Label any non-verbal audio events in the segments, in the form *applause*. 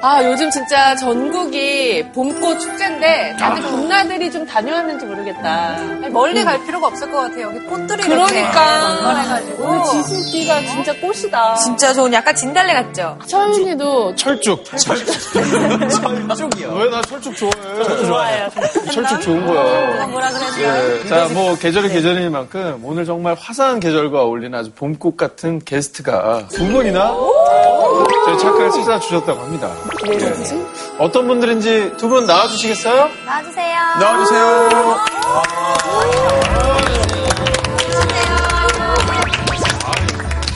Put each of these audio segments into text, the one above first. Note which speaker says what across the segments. Speaker 1: 아, 요즘 진짜 전국이 봄꽃 축제인데 다들 봄나들이 좀 다녀왔는지 모르겠다.
Speaker 2: 멀리 갈 필요가 없을 것 같아요. 여기 꽃들이 그러니까. 해가지고
Speaker 1: 오늘 지수기가 진짜 꽃이다.
Speaker 2: 진짜 좋은 약간 진달래 같죠?
Speaker 1: 철윤이도
Speaker 3: 철쭉.
Speaker 4: 쪽이요.
Speaker 3: 왜 나 철쭉 좋아해?
Speaker 1: 좋아해요.
Speaker 3: 철쭉 좋은 거야.
Speaker 2: 뭐라 그러지?
Speaker 3: 예, 자, 뭐 계절이 계절인 만큼 오늘 정말 화사한 계절과 어울리는 아주 봄꽃 같은 게스트가 두 분이나 저희 착각을 찾아주셨다고 합니다. 예. 어떤 분들인지 두 분 나와주시겠어요?
Speaker 2: 나와주세요.
Speaker 3: 네.
Speaker 4: 나와주세요.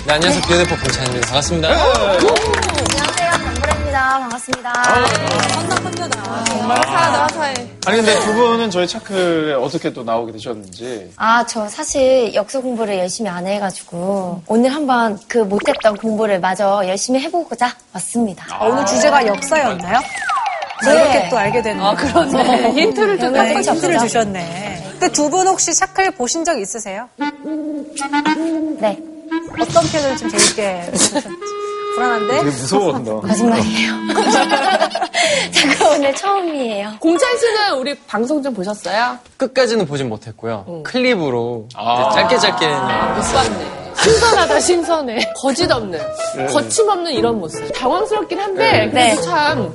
Speaker 5: 네, 안녕하세요. 비오데포 봉찬입니다. 반갑습니다.
Speaker 3: 네.
Speaker 2: 안녕하세요. 강보라입니다. 반갑습니다.
Speaker 3: 아.
Speaker 2: 한나 혼자다. 정말 화사하다, 화사해.
Speaker 3: 아니 근데 두 분은 저희 차크에 어떻게 또 나오게 되셨는지
Speaker 6: 아, 저 사실 역사 공부를 열심히 안 해가지고 오늘 한번 그 못했던 공부를 마저 열심히 해보고자 왔습니다.
Speaker 2: 오늘 주제가 역사였나요? 이렇게 또 알게 되는. 네. 아,
Speaker 1: 그러네. 힌트를 줬다.
Speaker 2: 네, 힌트를 주셨네. 근데 두 분 혹시 샤클 보신 적 있으세요?
Speaker 6: 네,
Speaker 2: 어떤 편을 좀 재밌게 보셨지? 불안한데?
Speaker 3: 무서워한다.
Speaker 6: 거짓말이에요. *laughs* 제가 오늘 처음이에요.
Speaker 1: 공찬 씨는 우리 방송 좀 보셨어요?
Speaker 5: 끝까지는 보진 못했고요. 클립으로 이제 짧게 짧게
Speaker 1: 못 봤네. 신선하다, 신선해. 거짓 없는, 거침없는 이런 모습. 당황스럽긴 한데, 그래도 참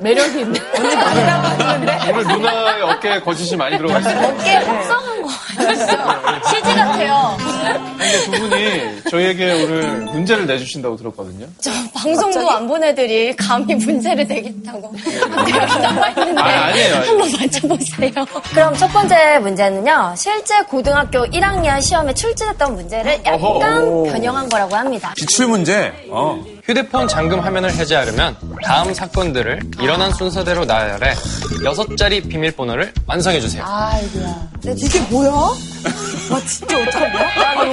Speaker 1: 매력이 있네. *laughs*
Speaker 3: 오늘 누나의 어깨에 거짓이 많이 들어가 있어요.
Speaker 6: 꽤 합성한 거 같아요. 실제 같아요.
Speaker 3: 근데 두 분이 저희에게 오늘 문제를 내주신다고 들었거든요.
Speaker 6: 저 방송도 안 보내드릴 감히 문제를 내겠다고 이렇게 나와있는데
Speaker 3: 아, 아니에요.
Speaker 6: 한번 맞춰보세요. 그럼 첫 번째 문제는요. 실제 고등학교 1학년 시험에 출제됐던 문제를 약간
Speaker 3: 어허.
Speaker 6: 변형한 거라고 합니다.
Speaker 4: 기출 문제. 어.
Speaker 5: 휴대폰 잠금 화면을 해제하려면 다음 사건들을 일어난 순서대로 나열해 여섯 자리 비밀번호를 완성해주세요.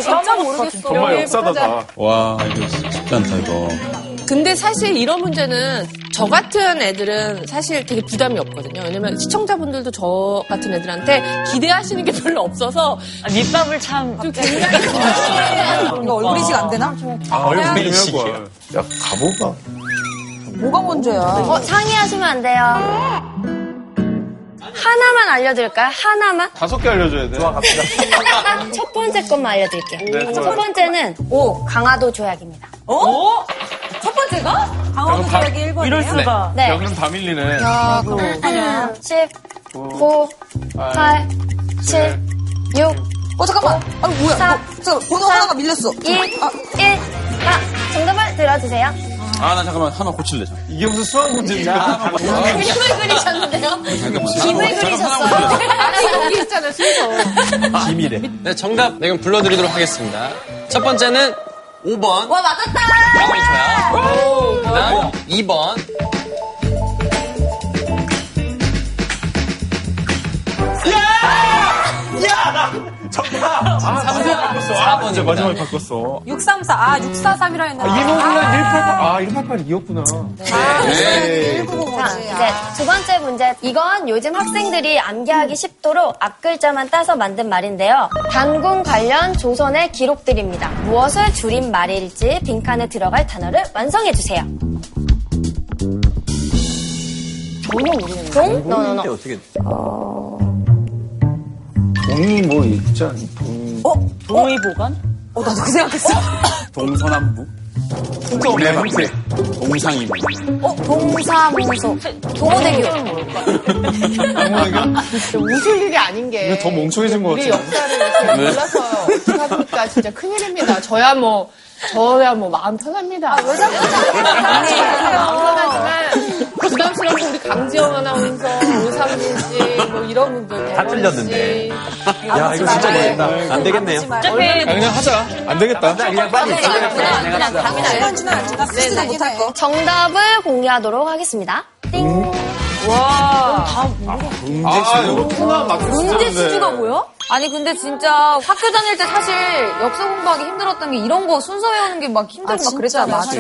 Speaker 1: 진짜 모르겠어.
Speaker 3: 정말 역사다다.
Speaker 4: 와, 이거 쉽지 않다, 이거.
Speaker 1: 근데 사실 이런 문제는 저 같은 애들은 사실 되게 부담이 없거든요. 왜냐면 시청자분들도 저 같은 애들한테 기대하시는 게 별로 없어서
Speaker 7: 밑밥을 참
Speaker 1: 좀
Speaker 2: 아,
Speaker 1: 굉장히
Speaker 2: 네.
Speaker 1: 거칠어요.
Speaker 2: 뭔가 얼굴이식 안 되나?
Speaker 3: 아, 얼굴이
Speaker 5: 그냥-
Speaker 3: 중요한 거야. 야, 가보봐.
Speaker 2: 뭐가 먼저야?
Speaker 6: 어, 상의하시면 안 돼요. 하나만 알려드릴까요? 하나만?
Speaker 3: *laughs* 다섯 개 알려줘야 돼.
Speaker 6: 딱 첫 번째 것만 알려드릴게요.
Speaker 3: 네,
Speaker 6: 첫
Speaker 3: 좋아요.
Speaker 6: 번째는 오 강화도 조약입니다.
Speaker 2: 어? 첫 번째가? 강원도
Speaker 3: 바-
Speaker 2: 지역이 1번이에요?
Speaker 7: 이럴 수가.
Speaker 3: 야,
Speaker 6: 네.
Speaker 3: 그럼 다 밀리네.
Speaker 6: 하나, 10,
Speaker 3: 오,
Speaker 6: 9,
Speaker 3: 팔,
Speaker 6: 8, 7,
Speaker 3: 네.
Speaker 6: 6,
Speaker 2: 어, 잠깐만. 아, 뭐야.
Speaker 6: 사,
Speaker 2: 어, 잠깐 번호 하나가 밀렸어. 아,
Speaker 6: 2, 1, 다 아, 정답을 들어주세요.
Speaker 4: 아, 나 잠깐만 하나 고칠래. 잠깐만.
Speaker 3: 이게 무슨 수학 문제입니까?
Speaker 6: 그림을
Speaker 2: 아,
Speaker 6: 그리셨는데요?
Speaker 2: 네.
Speaker 4: 잠깐만, 잠깐만, 하나 고칠래.
Speaker 1: 아니, 여기 있잖아, 순서.
Speaker 2: 뭐
Speaker 4: 김이래.
Speaker 5: 네, 정답 내금 불러드리도록 하겠습니다. 첫 번째는 5번.
Speaker 2: 와, 맞았다!
Speaker 5: 다음이고요. 그다음 2번.
Speaker 3: 아,
Speaker 5: 3번. 4번.
Speaker 3: 마지막에 바꿨어.
Speaker 2: 634. 아, 643이라 했나?
Speaker 3: 이게 뭐구나, 1888. 아, 1888이었구나.
Speaker 2: 네.
Speaker 6: 자, 이제 두 번째 문제. 이건 요즘 학생들이 암기하기 쉽도록 앞글자만 따서 만든 말인데요. 단군 관련 조선의 기록들입니다. 무엇을 줄인 말일지 빈칸에 들어갈 단어를 완성해주세요. 전혀 모르겠네요. 종? 노노노.
Speaker 4: 근데 어떻게.
Speaker 3: 동이 뭐 있지 않니? 동이.
Speaker 7: 동의 보관?
Speaker 2: 어, 나도 그 생각했어.
Speaker 4: 동서남북? 동네 방세. 동상입니다.
Speaker 6: 어? 동사무소. 동호대교.
Speaker 4: 아,
Speaker 1: 웃을 일이 아닌 게.
Speaker 3: 더 멍청해진 것 네.
Speaker 1: 우리
Speaker 3: 같아.
Speaker 1: 역사를 이렇게 몰라서 어떡합니까? 진짜 큰일입니다. 저야 뭐, 저야 뭐 마음 편합니다. 아, 왜 자꾸 편하지만 네. 부담스러운 거 우리 강지영 아나운서, 오상진 씨, 뭐 이런 분들. 다
Speaker 4: 틀렸는데. 야, 이거 진짜 모르겠다. 안 되겠네요.
Speaker 7: 어차피
Speaker 3: 그냥 하자. 안 되겠다.
Speaker 4: 그냥 빨리.
Speaker 2: 시간 아, 지나 안 지나 쓰지도 네, 못할 거.
Speaker 6: 정답을 공개하도록 하겠습니다. 띵.
Speaker 3: 아, 이거구나. 맞췄는데.
Speaker 2: 뭐야? 아니 근데 진짜 학교 다닐 때 사실 역사 공부하기 힘들었던 게 이런 거 순서 외우는 게 막 힘들고 막 그랬잖아. 맞아.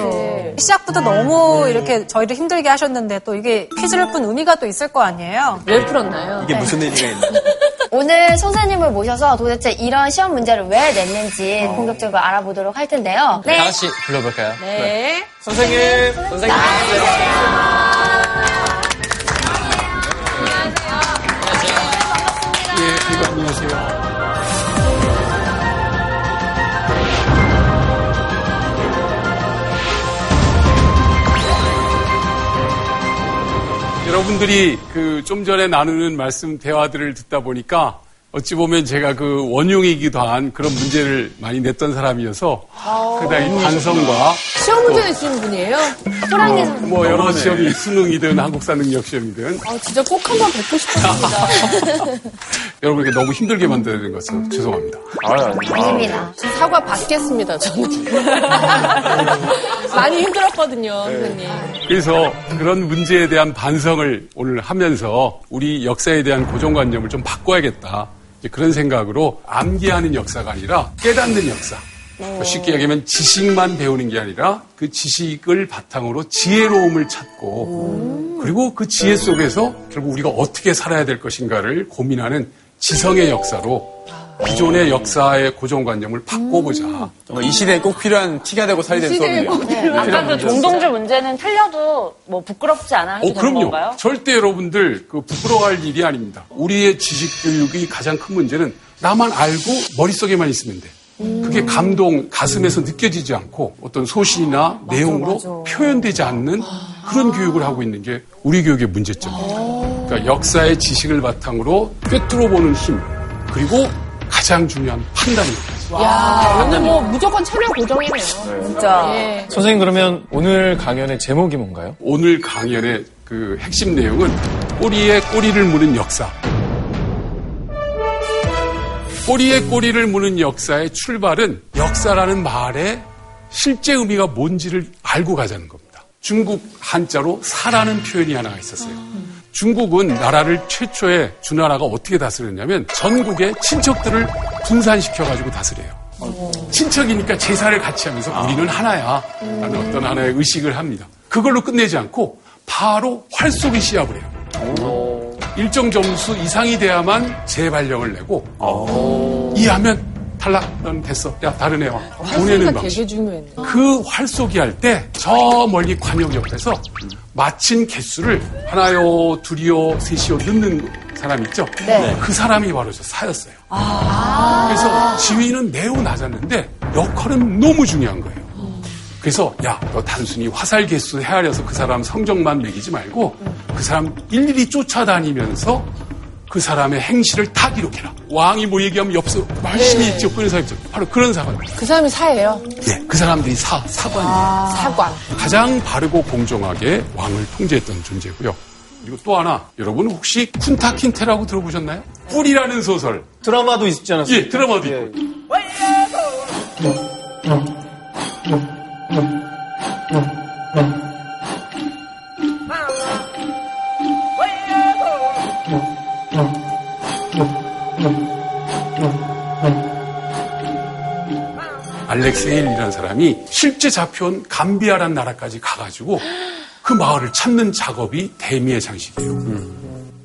Speaker 2: 시작부터 너무 이렇게 저희를 힘들게 하셨는데 또 이게 퀴즈를 푼 의미가 또 있을 거 아니에요?
Speaker 1: 왜 풀었나요?
Speaker 4: 이게 무슨 의미가 있나?
Speaker 6: 오늘 선생님을 모셔서 도대체 이런 시험 문제를 왜 냈는지 본격적으로 네.
Speaker 5: 네,
Speaker 6: 알아보도록 할 텐데요.
Speaker 5: 다 같이 불러볼까요?
Speaker 2: 네.
Speaker 4: 선생님. 선생님.
Speaker 8: 예, 여러분들이 그 좀 전에 나누는 말씀 대화들을 듣다 보니까 어찌 보면 제가 그 원흉이기도 한 그런 문제를 많이 냈던 사람이어서 그다음에 반성과
Speaker 1: 시험 문제 내시는 분이에요?
Speaker 6: 호랑이 선생님.
Speaker 8: 뭐 여러 시험이 수능이든 한국사 능력 시험이든
Speaker 1: 아, 진짜 꼭 한 번 뵙고 싶었습니다.
Speaker 8: 여러분 이렇게 너무 힘들게 만드는 것은 죄송합니다.
Speaker 3: 아,
Speaker 6: 네, 아닙니다.
Speaker 1: 저 *laughs* 사과 받겠습니다, 저는. *laughs* 많이 힘들었거든요, 선생님.
Speaker 8: 그래서 그런 문제에 대한 반성을 오늘 하면서 우리 역사에 대한 고정관념을 좀 바꿔야겠다. 이제 그런 생각으로 암기하는 역사가 아니라 깨닫는 역사. 그러니까 쉽게 얘기하면 지식만 배우는 게 아니라 그 지식을 바탕으로 지혜로움을 찾고 그리고 그 지혜 속에서 결국 우리가 어떻게 살아야 될 것인가를 고민하는 지성의 역사로 기존의 역사의 고정관념을 바꿔보자.
Speaker 4: 어, 이 시대에 꼭 필요한 티가 되고 살이 되는
Speaker 1: 시대에
Speaker 4: 수업이에요.
Speaker 7: 아까 그 동동주 문제는 틀려도 뭐 부끄럽지 않아 해도
Speaker 8: 어,
Speaker 7: 되는
Speaker 8: 그럼요.
Speaker 7: 건가요?
Speaker 8: 절대 여러분들 그 부끄러워할 일이 아닙니다. 우리의 지식 교육이 가장 큰 문제는 나만 알고 머릿속에만 있으면 돼. 그게 감동, 가슴에서 느껴지지 않고 어떤
Speaker 7: 아,
Speaker 8: 소신이나 내용으로 표현되지 않는 그런 교육을 하고 있는 게 우리 교육의 문제점입니다. 그러니까 역사의 지식을 바탕으로 꿰뚫어 보는 힘, 그리고 가장 중요한 판단입니다.
Speaker 1: 야, 오늘 뭐 무조건 채널 고정이네요.
Speaker 2: 진짜.
Speaker 1: 예.
Speaker 3: 선생님 그러면 오늘 강연의 제목이 뭔가요?
Speaker 8: 오늘 강연의 그 핵심 내용은 꼬리에 꼬리를 무는 역사. 꼬리에 꼬리를 무는 역사의 출발은 역사라는 말의 실제 의미가 뭔지를 알고 가자는 겁니다. 중국 한자로 사라는 표현이 하나 있었어요. 중국은 나라를 최초에 주나라가 어떻게 다스렸냐면 전국의 친척들을 분산시켜가지고 다스려요. 친척이니까 제사를 같이 하면서 우리는 하나야. 라는 어떤 하나의 의식을 합니다. 그걸로 끝내지 않고 바로 활쏘기 시합을 해요. 일정 점수 이상이 돼야만 재발령을 내고 이하면 탈락. 넌 됐어. 야 다른 애와 보내는
Speaker 1: 선생님과
Speaker 8: 방식.
Speaker 1: 되게 중요했네.
Speaker 8: 그 활쏘기 할 때 저 멀리 관역 옆에서 마친 개수를 하나요, 둘이요, 셋이요 넣는 사람 있죠? 그 사람이 바로 저 사였어요. 그래서 지위는 매우 낮았는데 역할은 너무 중요한 거예요. 그래서 야, 너 단순히 화살 개수 헤아려서 그 사람 성적만 매기지 말고 그 사람 일일이 쫓아다니면서 그 사람의 행실을 다 기록해라. 왕이 뭐 얘기하면 옆에서 말씀이 있죠. 그런 사람 있죠. 바로 그런 사관입니다.
Speaker 1: 그 사람이 사예요.
Speaker 8: 예, 그 사람들이 사, 사관이에요.
Speaker 1: 아. 사과.
Speaker 8: 가장 바르고 공정하게 왕을 통제했던 존재고요. 그리고 또 하나, 여러분 혹시 쿤타킨테라고 들어보셨나요? 꿀이라는 소설.
Speaker 3: 드라마도 있지 않았어요?
Speaker 8: 예, 드라마도 있고. 알렉세일이라는 사람이 실제 잡혀온 감비아라는 나라까지 가가지고 그 마을을 찾는 작업이 대미의 장식이에요.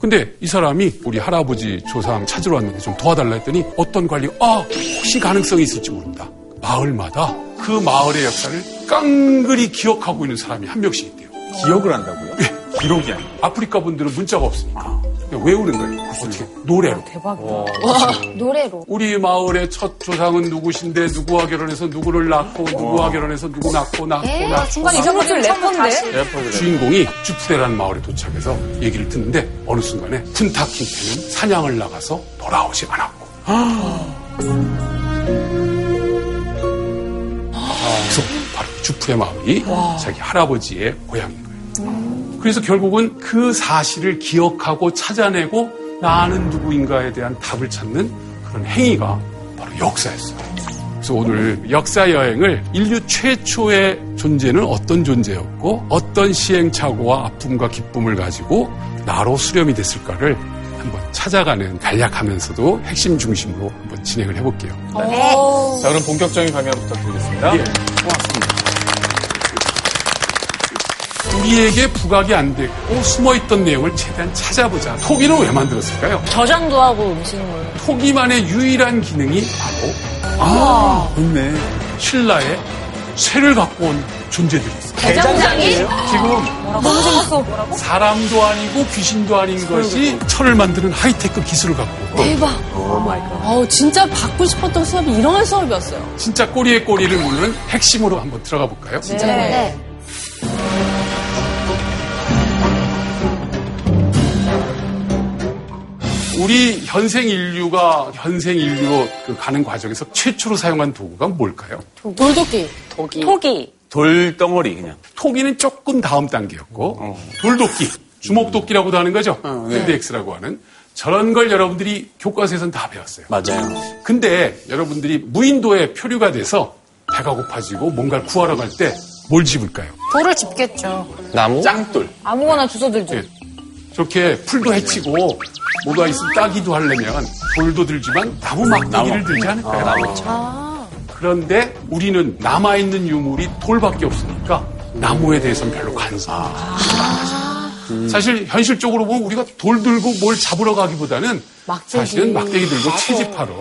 Speaker 8: 근데 이 사람이 우리 할아버지 조상 찾으러 왔는데 좀 도와달라 했더니 어떤 관리, 아, 혹시 가능성이 있을지 모른다. 마을마다 그 마을의 역사를 깡그리 기억하고 있는 사람이 한 명씩 있대요.
Speaker 4: 기억을 한다고요? 기록이 아니에요.
Speaker 8: 아프리카 분들은 문자가 없으니까. 그냥 외우는 거예요. 어떻게? 노래로.
Speaker 6: 노래로.
Speaker 8: 우리 마을의 첫 조상은 누구신데 누구와 결혼해서 누구를 낳고 누구와 결혼해서 누구 낳고 낳고
Speaker 6: 에?
Speaker 8: 낳고
Speaker 6: 네, 중간
Speaker 2: 이정도좀 래퍼인데?
Speaker 8: 네. 주인공이 주프레라는 마을에 도착해서 얘기를 듣는데 어느 순간에 쿤타킨테는 사냥을 나가서 돌아오지 않았고 그래서 바로 주프레 마을이 자기 할아버지의 고향인 거예요. 그래서 결국은 그 사실을 기억하고 찾아내고 나는 누구인가에 대한 답을 찾는 그런 행위가 바로 역사였어요. 그래서 오늘 역사 여행을 인류 최초의 존재는 어떤 존재였고 어떤 시행착오와 아픔과 기쁨을 가지고 나로 수렴이 됐을까를 한번 찾아가는 간략하면서도 핵심 중심으로 한번 진행을 해볼게요.
Speaker 3: 자, 그럼 본격적인 강연 부탁드리겠습니다.
Speaker 8: 예, 고맙습니다. 우리에게 부각이 안 됐고 숨어있던 내용을 최대한 찾아보자. 토기는 왜 만들었을까요?
Speaker 7: 저장도 하고 음식물.
Speaker 8: 토기만의 유일한 기능이 바로 아,
Speaker 4: 있네.
Speaker 8: 신라의 쇠를 갖고 온 존재들이었어요.
Speaker 1: 대장장이?
Speaker 8: 사람도 아니고 귀신도 아닌 것이 철을 만드는 하이테크 기술을 갖고
Speaker 7: 네.
Speaker 1: 대박. 어우, 진짜 받고 싶었던 수업이 이런 수업이었어요.
Speaker 8: 진짜 꼬리에 꼬리를 물는 핵심으로 한번 들어가
Speaker 7: 네.
Speaker 1: 네.
Speaker 8: 볼까요?
Speaker 1: 진짜.
Speaker 6: 네.
Speaker 8: 우리 현생 인류가 현생 인류로 그 가는 과정에서 최초로 사용한 도구가 뭘까요?
Speaker 1: 돌도끼.
Speaker 7: 토기.
Speaker 4: 돌덩어리 그냥.
Speaker 8: 토기는 조금 다음 단계였고 돌도끼, 주먹도끼라고도 하는 거죠. 핸드엑스라고 하는 저런 걸 여러분들이 교과서에선 다 배웠어요.
Speaker 4: 맞아요.
Speaker 8: 근데 여러분들이 무인도에 표류가 돼서 배가 고파지고 뭔가를 구하러 갈 때 뭘 집을까요?
Speaker 2: 돌을 집겠죠.
Speaker 5: 나무?
Speaker 4: 짱돌.
Speaker 7: 아무거나 주워들죠.
Speaker 8: 예. 저렇게 풀도 해치고 뭐가 있으면 따기도 하려면 돌도 들지만 나무 막대기를 들지 않을까요? 그런데 우리는 남아있는 유물이 돌밖에 없으니까 나무에 대해서는 별로 관심이 없어요. 사실 현실적으로 보면 우리가 돌 들고 뭘 잡으러 가기보다는 사실은 막대기 들고 채집하러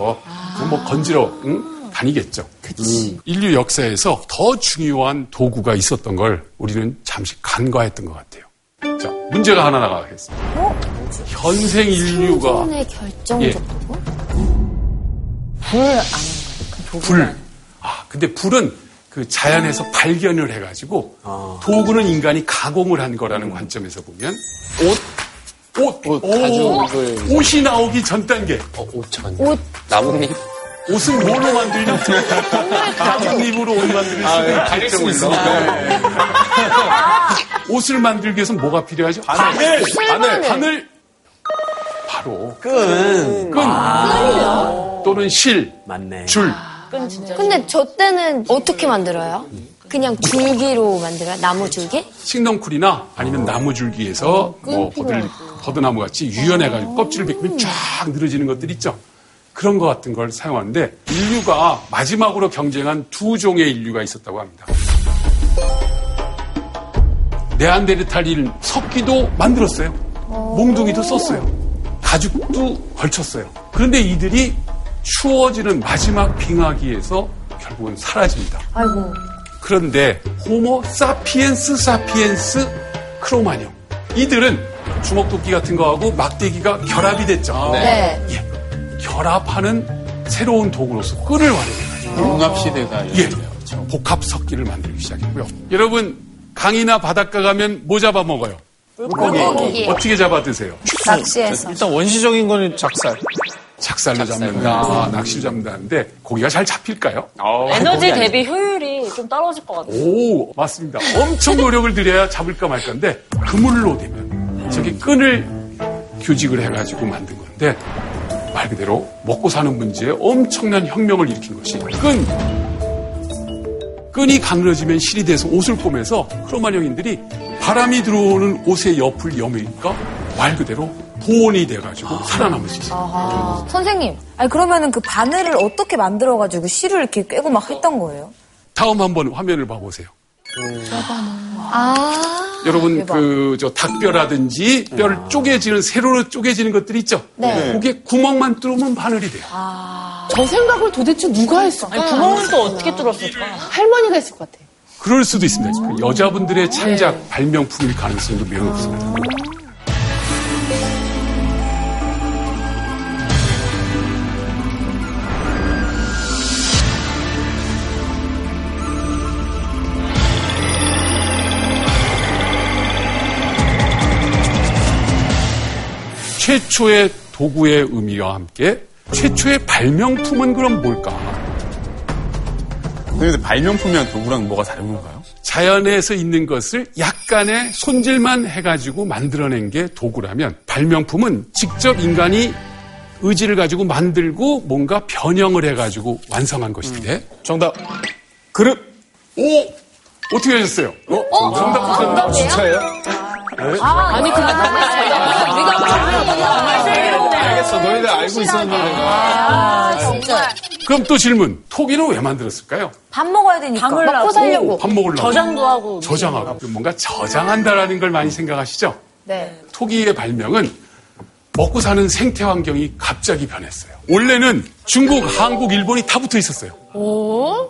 Speaker 8: 뭐 건지러 응? 다니겠죠. 음. 인류 역사에서 더 중요한 도구가 있었던 걸 우리는 잠시 간과했던 것 같아요. 자, 문제가 하나 나가겠습니다. 현생 인류가
Speaker 6: 생존의 결정
Speaker 8: 예.
Speaker 6: 조건.
Speaker 8: 불. 아, 근데 불은 그 자연에서 발견을 해가지고 도구는 인간이 가공을 한 거라는 관점에서 보면 옷, 옷, 옷,
Speaker 3: 가죽을-
Speaker 8: 옷이 나오기 전 단계.
Speaker 5: 어, 옷천. 나뭇잎?
Speaker 8: 옷은 뭘로 만들냐? *laughs* 가죽잎으로 아, 네. 옷 만들 수 있는
Speaker 5: 가릴 수 있으니까.
Speaker 8: 옷을 만들기 위해서 뭐가 필요하죠? 바늘, 바늘, 바늘. 바로
Speaker 4: 끈.
Speaker 8: 끈 아. 또는 실,
Speaker 4: 맞네.
Speaker 8: 줄.
Speaker 6: 근데 저 때는 어떻게 만들어요? 그냥 줄기로 만들어요? 나무 줄기?
Speaker 8: 식농쿨이나 아니면 나무줄기에서 뭐 버들, 버드나무 같이 유연해가지고 껍질을 벗기면 쫙 늘어지는 것들 있죠. 그런 것 같은 걸 사용하는데 인류가 마지막으로 경쟁한 두 종의 인류가 있었다고 합니다. 네안데르탈인 석기도 만들었어요. 몽둥이도 썼어요. 가죽도 걸쳤어요. 그런데 이들이 추워지는 마지막 빙하기에서 결국은 사라집니다. 그런데 호모 사피엔스 사피엔스 크로마뇽 이들은 주먹도끼 같은 거하고 막대기가 결합이 됐죠.
Speaker 6: 네.
Speaker 8: 예. 결합하는 새로운 도구로서 끈을 활용해가지고
Speaker 3: 융합시대가
Speaker 8: 예. 복합 석기를 만들기 시작했고요. 여러분 강이나 바닷가 가면 뭐 잡아 먹어요?
Speaker 6: 물고기.
Speaker 8: 어떻게 잡아 드세요?
Speaker 2: 낚시해서.
Speaker 3: 일단 원시적인 거는 작살.
Speaker 8: 작살로 잡는다, 아, 낚시로 잡는다는데 고기가 잘 잡힐까요?
Speaker 7: 에너지 대비 효율이 좀 떨어질 것 같아요.
Speaker 8: 오, 맞습니다. 엄청 노력을 들여야 잡을까 말까인데 그물로 되면 저게 끈을 규직을 해가지고 만든 건데 말 그대로 먹고 사는 문제에 엄청난 혁명을 일으킨 것이 끈. 끈이 가늘어지면 실이 돼서 옷을 꼬매서 크로마뇽인들이 바람이 들어오는 옷의 옆을 여미니까 말 그대로 보온이 돼가지고 살아남을 수 있어요.
Speaker 2: 선생님, 아니 그러면은 그 바늘을 어떻게 만들어가지고 실을 이렇게 꿰고 막 했던 거예요?
Speaker 8: 다음 한번 화면을 봐보세요. 여러분 그 저 닭뼈라든지 뼈를 쪼개지는 세로로 쪼개지는 것들이 있죠.
Speaker 6: 네.
Speaker 8: 그게 구멍만 뚫으면 바늘이 돼요.
Speaker 1: 저 생각을 도대체 누가 했을까?
Speaker 7: 아니, 구멍은 또 어떻게 뚫었을까?
Speaker 1: 할머니가 했을 것 같아.
Speaker 8: 그럴 수도 있습니다. 그 여자분들의 창작 발명품일 가능성도 매우 높습니다. 최초의 도구의 의미와 함께 최초의 발명품은 그럼 뭘까?
Speaker 4: 근데 발명품이랑 도구랑 뭐가 다른 건가요?
Speaker 8: 자연에서 있는 것을 약간의 손질만 해가지고 만들어낸 게 도구라면 발명품은 직접 인간이 의지를 가지고 만들고 뭔가 변형을 해가지고 완성한 것인데
Speaker 3: 정답.
Speaker 8: 그릇 오 어떻게 하셨어요? 정답 정답
Speaker 3: 진짜예요?
Speaker 1: 아니, 근데
Speaker 3: 알겠어. 너희들 알고 있었는데. 내가.
Speaker 8: 그럼 또 질문 토기는 왜 만들었을까요?
Speaker 2: 밥 먹어야 되니까.
Speaker 7: 밤을
Speaker 2: 먹고
Speaker 7: 나고.
Speaker 2: 살려고.
Speaker 8: 밥 먹으려고
Speaker 7: 저장도 하고.
Speaker 8: 저장하고 그 뭔가 저장한다라는 걸 많이 생각하시죠?
Speaker 2: 네.
Speaker 8: 토기의 발명은 먹고 사는 생태 환경이 갑자기 변했어요. 원래는 중국, 한국, 일본이 다 붙어 있었어요.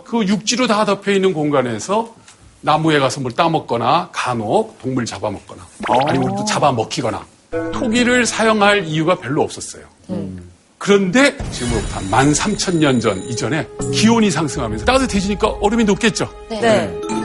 Speaker 8: 그 육지로 다 덮여 있는 공간에서 나무에 가서 뭘 따먹거나 간혹 동물 잡아먹거나 아니면 또 잡아먹히거나 토기를 사용할 이유가 별로 없었어요. 그런데 지금으로부터 한 13,000년 전 이전에 기온이 상승하면서 따뜻해지니까 얼음이 녹겠죠.
Speaker 2: 네.
Speaker 8: 그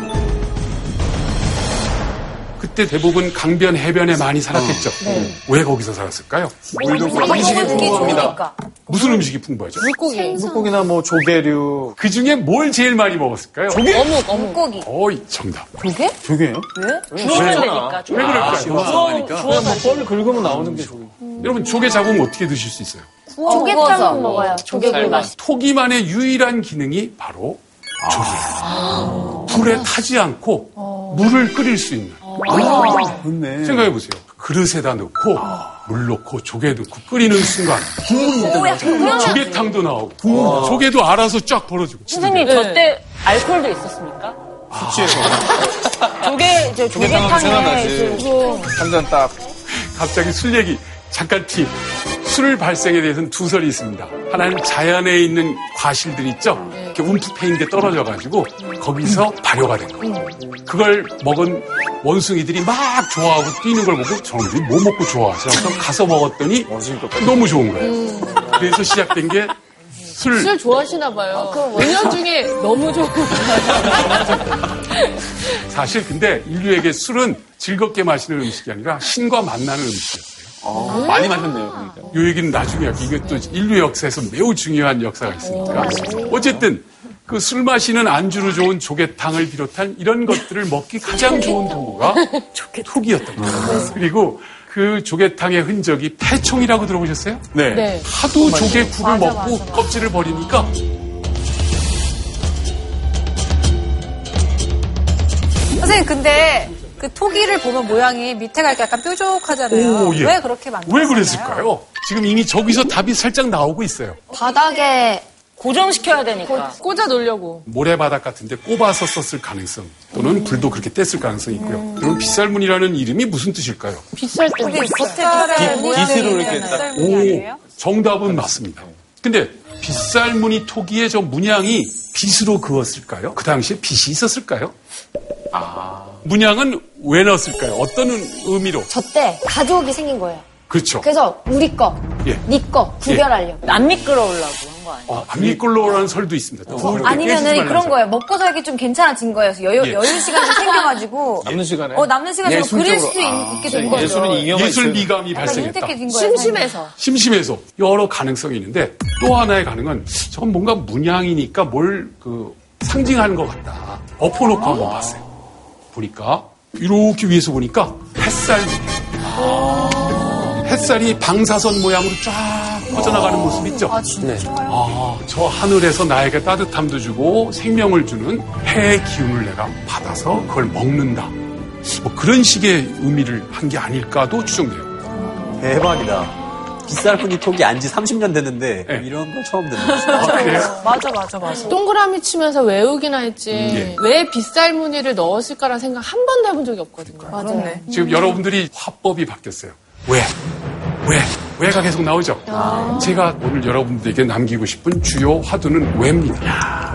Speaker 8: 그때 대부분 강변 해변에 많이 살았겠죠.
Speaker 2: 어.
Speaker 8: 왜 거기서 살았을까요?
Speaker 2: 음식이 좋으니까.
Speaker 8: 무슨 음식이 풍부하죠?
Speaker 2: 그러니까. 물고기.
Speaker 3: 물고기나 뭐 조개류.
Speaker 8: 그 중에 뭘 제일 많이 먹었을까요?
Speaker 2: 어묵, 물고기.
Speaker 8: 어이, 정답.
Speaker 3: 조개요?
Speaker 7: 주우면
Speaker 3: 네.
Speaker 7: 되니까.
Speaker 8: 왜 그럴까요?
Speaker 3: 뭐 뻘을 긁으면 나오는 게 조개.
Speaker 8: 여러분, 조개 잡으면 어떻게 드실 수 있어요?
Speaker 6: 조개탕은 먹어요. 조개구이
Speaker 5: 삶아.
Speaker 6: 맛이.
Speaker 8: 토기만의 유일한 기능이 바로 조리예요. 불에 타지 않고 물을 끓일 수 있는.
Speaker 3: 좋네.
Speaker 8: 생각해 보세요. 그릇에다 넣고 물 넣고 조개 넣고 끓이는 순간 조개탕도 나오고 조개도 알아서 쫙 벌어지고.
Speaker 7: 선생님, 저때 알코올도 있었습니까? 조개, 이제
Speaker 5: 조개탕
Speaker 7: 조개탕에
Speaker 5: 생각나지.
Speaker 7: 이제 그
Speaker 3: 한잔 딱.
Speaker 8: 갑자기 술 얘기 잠깐 팁. 술 발생에 대해서는 두 설이 있습니다. 하나는 자연에 있는 과실들 있죠. 이렇게 움푹 패인 데 떨어져 가지고 거기서 발효가 된 거예요. 그걸 먹은 원숭이들이 막 좋아하고 뛰는 걸 보고 저놈들이 뭐 먹고 좋아하지? 그래서 가서 먹었더니 너무 좋은 거예요. 그래서 시작된 게 술,
Speaker 1: 술 좋아하시나 봐요. 은연 중에 너무 좋은 *laughs*
Speaker 8: 사실 근데 인류에게 술은 즐겁게 마시는 음식이 아니라 신과 만나는 음식이었어요.
Speaker 3: 많이 마셨네요, 그러니까.
Speaker 8: 요 얘기는 나중에 할게 이게 또 인류 역사에서 매우 중요한 역사가
Speaker 2: 네,
Speaker 8: 있으니까. 어쨌든 그 술 마시는 안주로 좋은 조개탕을 비롯한 이런 것들을 먹기 가장
Speaker 2: *laughs*
Speaker 8: 좋은 도구가 톡이었던
Speaker 2: 아,
Speaker 8: 거예요. 그리고 그 조개탕의 흔적이 패총이라고 들어보셨어요?
Speaker 3: 네.
Speaker 8: 하도 조개국을 먹고 껍질을 버리니까
Speaker 2: 선생님, 근데 그 토기를 보면 모양이 밑에가 이렇게 약간 뾰족하잖아요.
Speaker 8: 오, 예.
Speaker 2: 왜 그렇게 만들었어요?
Speaker 8: 왜 그랬을까요? 지금 이미 저기서 답이 살짝 나오고 있어요.
Speaker 6: 바닥에
Speaker 7: 고정시켜야 되니까.
Speaker 1: 꽂아 놓으려고.
Speaker 8: 모래바닥 같은데 꼽아서 썼을 가능성 또는 불도 그렇게 뗐을 가능성이 있고요.
Speaker 2: 음.
Speaker 8: 그럼 빗살문이라는 이름이 무슨 뜻일까요?
Speaker 1: 비쌀 때.
Speaker 2: 우리 겉에
Speaker 4: 빗으로 이렇게 딱.
Speaker 8: 오, 정답은 맞습니다. 근데 빗살무늬 토기의 저 문양이 빗으로 그었을까요? 그 당시에 빗이 있었을까요? 아, 문양은 왜 넣었을까요? 어떤 의미로?
Speaker 6: 저 때 가족이 생긴 거예요.
Speaker 8: 그렇죠.
Speaker 6: 그래서 우리 거,
Speaker 8: 예.
Speaker 6: 네 거 구별하려고.
Speaker 7: 안 미끄러우려고 한 거 아니에요?
Speaker 8: 아, 안미꼴로라는 설도 있습니다. 구울 때 깨지지
Speaker 2: 아니면은
Speaker 8: 말라는
Speaker 2: 그런
Speaker 8: 설.
Speaker 2: 거예요. 먹고 살기 좀 괜찮아진 거예요. 그래서 여유,
Speaker 8: 예.
Speaker 2: 여유 시간이 생겨가지고.
Speaker 3: 남는 시간에. 네,
Speaker 2: 어, 남는 시간에 그거 그릴 수 있, 게된 거죠.
Speaker 3: 예술은 잉여가
Speaker 8: 아, 예술
Speaker 3: 있어요.
Speaker 8: 미감이
Speaker 2: 약간
Speaker 8: 발생했다.
Speaker 2: 윤택해진 거예요.
Speaker 1: 심심해서.
Speaker 8: 심심해서 여러 가능성이 있는데 또 하나의 가능은 저건 뭔가 문양이니까 뭘 그 상징하는 것 같다. 엎어놓고 한번 봤어요. 보니까 이렇게 위에서 보니까 햇살 문양. 햇살이 방사선 모양으로 쫙 퍼져나가는 모습 있죠? 아,
Speaker 9: 네.
Speaker 8: 저 하늘에서 나에게 따뜻함도 주고 생명을 주는 해의 기운을 내가 받아서 그걸 먹는다. 뭐 그런 식의 의미를 한 게 아닐까도 추정돼요.
Speaker 4: 대박이다. 빗살 분이 톡이 안지 30년 됐는데
Speaker 9: 예.
Speaker 8: 네.
Speaker 4: 이런 거 처음 듣는 거죠.
Speaker 8: 아, 그래요?
Speaker 2: 맞아, 맞아, 맞아.
Speaker 1: 어. 동그라미 치면서 외우기나 했지.
Speaker 8: 예.
Speaker 1: 왜 빗살 무늬를 넣었을까라는 생각 한 번도 해본 적이 없거든요.
Speaker 2: 맞네.
Speaker 8: 지금 여러분들이 화법이 바뀌었어요. 왜? 왜? 왜가 계속 나오죠? 제가 오늘 여러분들에게 남기고 싶은 주요 화두는 왜입니다.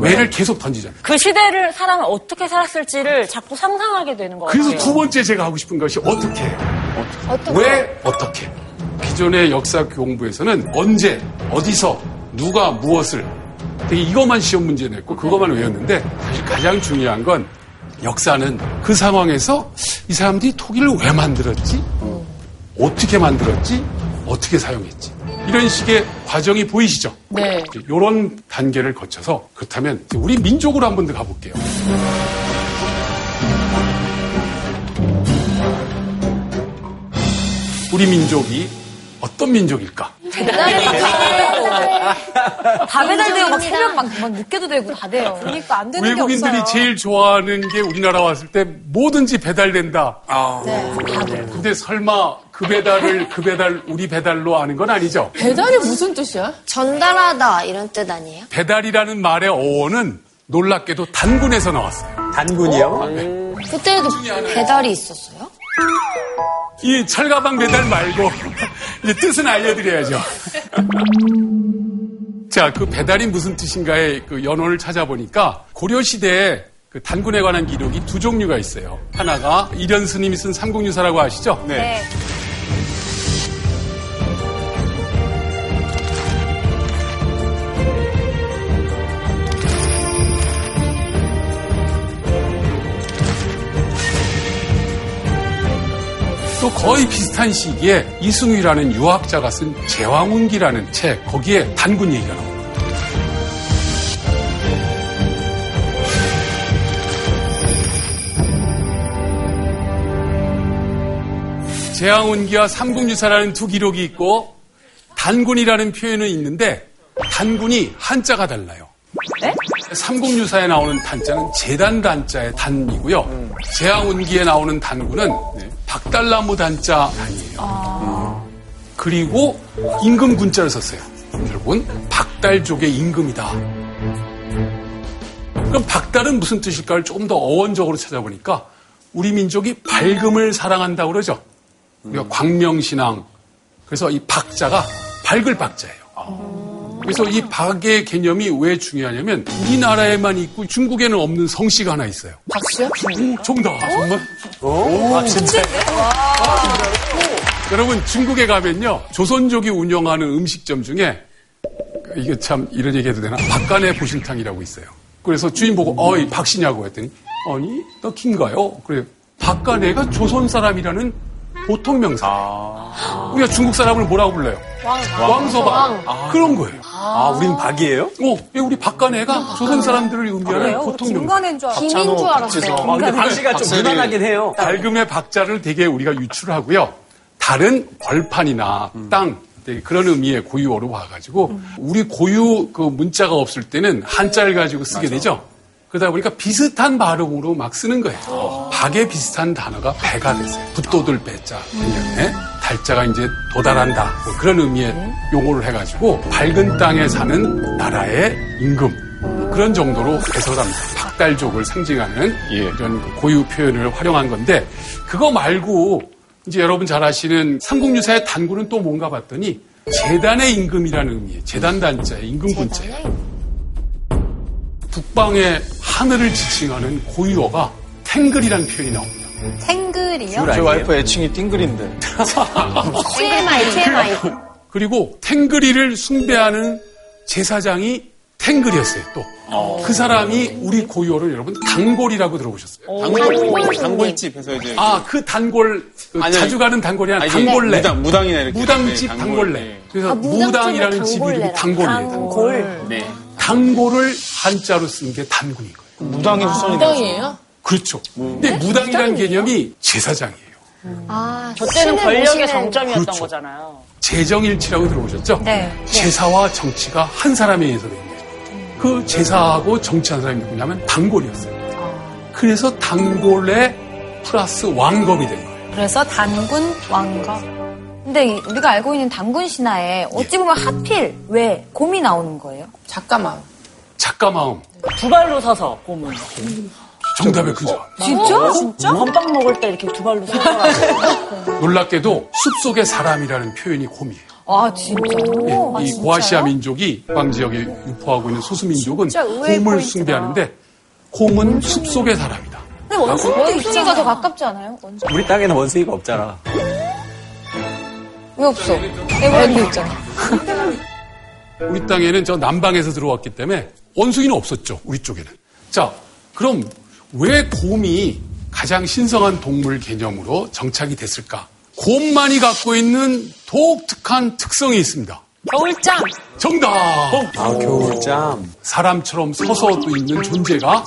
Speaker 8: 왜를 계속 던지잖아요.
Speaker 7: 그 시대를 사람은 어떻게 살았을지를 자꾸 상상하게 되는 거
Speaker 8: 그래서
Speaker 7: 같아요.
Speaker 8: 두 번째 제가 하고 싶은 것이 어떻게 해요?
Speaker 6: 네. 어떻게?
Speaker 8: 왜? 어떻게? 기존의 역사 공부에서는 언제, 어디서, 누가, 무엇을 되게 이것만 시험 문제 냈고 그것만 외웠는데 사실 가장 중요한 건 역사는 그 상황에서 이 사람들이 토기를 왜 만들었지?
Speaker 6: 음.
Speaker 8: 어떻게 만들었지? 어떻게 사용했지? 이런 식의 과정이 보이시죠?
Speaker 1: 네.
Speaker 8: 이런 단계를 거쳐서 그렇다면 이제 우리 민족으로 한 번 더 가볼게요. 우리 민족이 어떤 민족일까?
Speaker 2: 다 배달되고 막 새벽 막, 막 늦게도 되고 다 돼요. 그러니까 안 되는 게
Speaker 8: 외국인들이
Speaker 2: 없어요.
Speaker 8: 제일 좋아하는 게 우리나라 왔을 때 뭐든지 배달된다.
Speaker 2: 네.
Speaker 8: 네. 근데 설마 그 배달을 그 배달 우리 배달로 아는 건 아니죠?
Speaker 1: 배달이 무슨 뜻이야?
Speaker 6: *laughs* 전달하다 이런 뜻 아니에요?
Speaker 8: 배달이라는 말의 어원은 놀랍게도 단군에서 나왔어요.
Speaker 4: 단군이요?
Speaker 9: 예.
Speaker 6: 그때도 배달이 있었어요?
Speaker 8: 이 철가방 배달 말고 *laughs* 이제 뜻은 알려드려야죠. *laughs* 자, 그 배달이 무슨 뜻인가의 그 연원을 찾아보니까 고려 시대에 그 단군에 관한 기록이 두 종류가 있어요. 하나가 이련 스님이 쓴 삼국유사라고 아시죠?
Speaker 2: 네.
Speaker 8: 또 거의 비슷한 시기에 이승휘라는 유학자가 쓴 제왕운기라는 책 거기에 단군 얘기가 나옵니다. 제왕운기와 삼국유사라는 두 기록이 있고 단군이라는 표현은 있는데 단군이 한자가 달라요. 삼국유사에 나오는 단자는 재단 단자의 단이고요. 제왕운기에 나오는 단군은 네, 박달나무 단자 단이에요. 그리고 임금 군자를 썼어요. 여러분 박달족의 임금이다. 그럼 박달은 무슨 뜻일까를 조금 더 어원적으로 찾아보니까 우리 민족이 밝음을 사랑한다고 그러죠. 우리가 광명신앙. 그래서 이 박자가 밝을 박자예요. 그래서 이 박의 개념이 왜 중요하냐면 우리나라에만 있고 중국에는 없는 성씨가 하나 있어요.
Speaker 1: 음.
Speaker 8: 박수요? 정답. 정말? 아, 여러분 중국에 가면요 조선족이 운영하는 음식점 중에 이게 참 이런 얘기해도 되나 박간의 보신탕이라고 있어요. 그래서 주인 보고 어이 박씨냐고 했더니 아니 너 킨가요? 그래 박간애가 조선 사람이라는 보통 명사.
Speaker 4: 아,
Speaker 8: 우리가 중국 사람을 뭐라고 불러요? 아. 왕, 서방 그런 거예요.
Speaker 4: 아, 우린 박이에요?
Speaker 8: 어, 왜 우리 박간애가 조선 사람들을 의미하는 보통 명사.
Speaker 2: 중간인 줄 알았어요.
Speaker 6: 김인 줄 알았어요.
Speaker 4: 아, 근데 박씨가 좀
Speaker 5: 박씨를-
Speaker 4: 무난하긴 해요.
Speaker 8: 밝음의 박자를 되게 우리가 유출하고요. 다른 벌판이나 땅 되게 그런 의미의 고유어로 와가지고 우리 고유 그 문자가 없을 때는 한자를 가지고 쓰게 되죠. 그러다 보니까 비슷한 발음으로 막 쓰는 거예요. 박에 비슷한 단어가 배가 됐어요. 붓도들 배자 관련해 달자가 이제 도달한다 뭐 그런 의미의 용어를 해가지고 밝은 땅에 사는 나라의 임금 그런 정도로 해석합니다. 박달족을 상징하는 이런 그 고유 표현을 활용한 건데 그거 말고 이제 여러분 잘 아시는 삼국유사의 단군은 또 뭔가 봤더니 재단의 임금이라는 의미예요. 재단 단자의 임금 군자예요. 북방의 하늘을 지칭하는 고유어가 탱글이라는 표현이 나옵니다.
Speaker 2: 탱글이요?
Speaker 3: 제 와이프 애칭이 띵글인데.
Speaker 6: TMI, TMI.
Speaker 8: 그리고 탱그리를 숭배하는 제사장이 탱글이었어요. 또 그 사람이 우리 고유어를 여러분 단골이라고 들어보셨어요.
Speaker 3: 단골, 단골집에서 이제.
Speaker 8: 아, 그 단골, 그
Speaker 3: 아니,
Speaker 8: 자주 가는 단골이 아니라
Speaker 3: 이게
Speaker 8: 단골레.
Speaker 3: 무당, 무당이네, 이렇게.
Speaker 8: 무당집
Speaker 3: 네,
Speaker 8: 단골레. 그래서
Speaker 6: 무당집을
Speaker 8: 무당이라는 집 이름이
Speaker 6: 단골레라고.
Speaker 8: 단골이에요.
Speaker 2: 골.
Speaker 3: 네. 네.
Speaker 8: 단골을 한자로 쓴 게 단군인 거예요.
Speaker 3: 무당의 후손이 죠
Speaker 1: 무당이에요?
Speaker 8: 그렇죠.
Speaker 3: 음.
Speaker 8: 근데 무당이라는 개념이 제사장이에요.
Speaker 6: 아,
Speaker 7: 저
Speaker 6: 신을
Speaker 7: 때는 권력의
Speaker 6: 모시는
Speaker 7: 정점이었던
Speaker 8: 그렇죠.
Speaker 7: 거잖아요.
Speaker 8: 재정일치라고 들어보셨죠?
Speaker 2: 네.
Speaker 8: 제사와 정치가 한 사람에 의해서 된 거예요. 그 제사하고 정치한 사람이 누구냐면 단골이었어요. 그래서 단골레 플러스 왕검이 된 거예요.
Speaker 2: 그래서 단군 왕가. 근데 이- 우리가 알고 있는 단군 신화에 어찌 보면 하필 왜 곰이 나오는 거예요?
Speaker 1: 잠깐만.
Speaker 8: 작가 마음,
Speaker 7: 두 발로 서서 곰은.
Speaker 3: 어.
Speaker 7: 어?
Speaker 8: 정답의 근저.
Speaker 2: 진짜?
Speaker 7: 건빵 먹을 때 이렇게 두 발로 서서.
Speaker 8: 놀랍게도 숲속의 사람이라는 표현이 곰이에요.
Speaker 2: 아, 진짜.
Speaker 8: 예, 이 고아시아 민족이 북방 지역에 유포하고 있는 소수 민족은
Speaker 2: 의외의
Speaker 8: 곰을
Speaker 2: 포인트다. 음.
Speaker 8: 숭배하는데 곰은 숲속의 사람이다.
Speaker 2: 근데 원숭이도 원숭이가 더 가깝지 않아요? 원숭이.
Speaker 4: 우리 땅에는 원숭이가 없잖아.
Speaker 2: 왜 없어? 대원도 있잖아.
Speaker 8: 우리 땅에는 저 남방에서 들어왔기 때문에 원숭이는 없었죠. 우리 쪽에는. 자, 그럼 왜 곰이 가장 신성한 동물 개념으로 정착이 됐을까? 곰만이 갖고 있는 독특한 특성이 있습니다.
Speaker 1: 겨울잠.
Speaker 8: 정답!
Speaker 2: 어.
Speaker 4: 아, 겨울잠.
Speaker 8: 사람처럼 서서 또 있는 존재가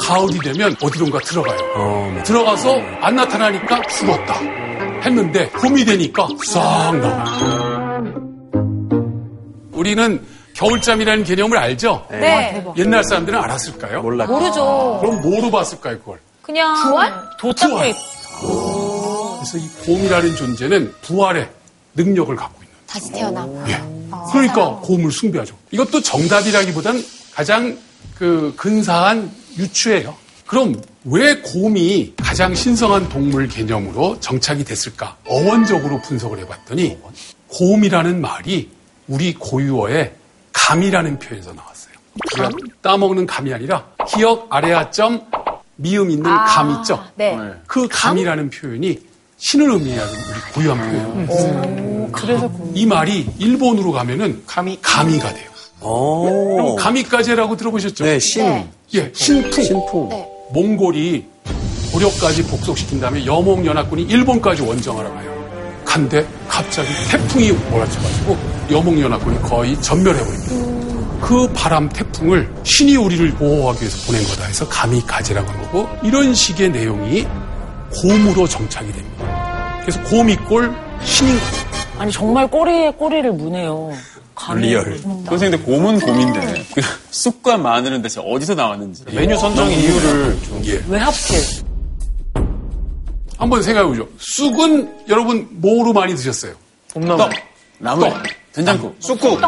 Speaker 8: 가을이 되면 어디론가 들어가요. 들어가서 안 나타나니까 죽었다. 했는데 봄이 되니까 싹 나와. 우리는 겨울잠이라는 개념을 알죠?
Speaker 2: 네.
Speaker 8: 옛날 사람들은 알았을까요?
Speaker 4: 몰라.
Speaker 2: 모르죠.
Speaker 8: 그럼 뭐로 봤을까요, 그걸?
Speaker 2: 그냥.
Speaker 8: 부활. 그래서 이 곰이라는 존재는 부활의 능력을 갖고 있는.
Speaker 6: 다시 태어나.
Speaker 8: 예. 그러니까 곰을 숭배하죠. 이것도 정답이라기보단 가장 그 근사한 유추예요. 그럼 왜 곰이 가장 신성한 동물 개념으로 정착이 됐을까? 어원적으로 분석을 해봤더니 곰이라는 말이 우리 고유어의 감이라는 표현에서 나왔어요. 우리가 따먹는 감이 아니라 기억 아래아점 미음 있는 감 있죠?
Speaker 2: 네.
Speaker 8: 그 감이라는 표현이 신을 의미하는 우리 고유한 표현이에요. 이 말이 일본으로 가면은 감이 가 돼요.
Speaker 4: 오.
Speaker 2: 네.
Speaker 8: 가미까제라고 들어보셨죠?
Speaker 4: 네, 어. 신.
Speaker 8: 예, 신풍.
Speaker 4: 신풍.
Speaker 8: 몽골이 고려 고려까지 복속시킨 다음에 여몽연합군이 일본까지 원정하러 가요. 간데 갑자기 태풍이 몰아쳐가지고 여몽연합군이 거의 전멸해버립니다. 그 바람 태풍을 신이 우리를 보호하기 위해서 보낸 거다 해서 감히 가지라고 한 거고 이런 식의 내용이 곰으로 정착이 됩니다. 그래서 곰이꼴 신인 것
Speaker 7: 아니 정말 꼬리에 꼬리를 무네요.
Speaker 4: 리얼.
Speaker 2: 네.
Speaker 9: 선생님, 근데 곰은 곰인데. 그 쑥과 마늘은 대체 어디서 나왔는지.
Speaker 3: 메뉴 선정
Speaker 4: 음.
Speaker 3: 이유를
Speaker 4: 예.
Speaker 7: 왜 하필?
Speaker 8: 한번 생각해보죠. 쑥은 여러분 뭐로 많이 드셨어요?
Speaker 3: 봄나무
Speaker 9: 나물,
Speaker 4: 아,
Speaker 9: 된장국.
Speaker 3: 쑥국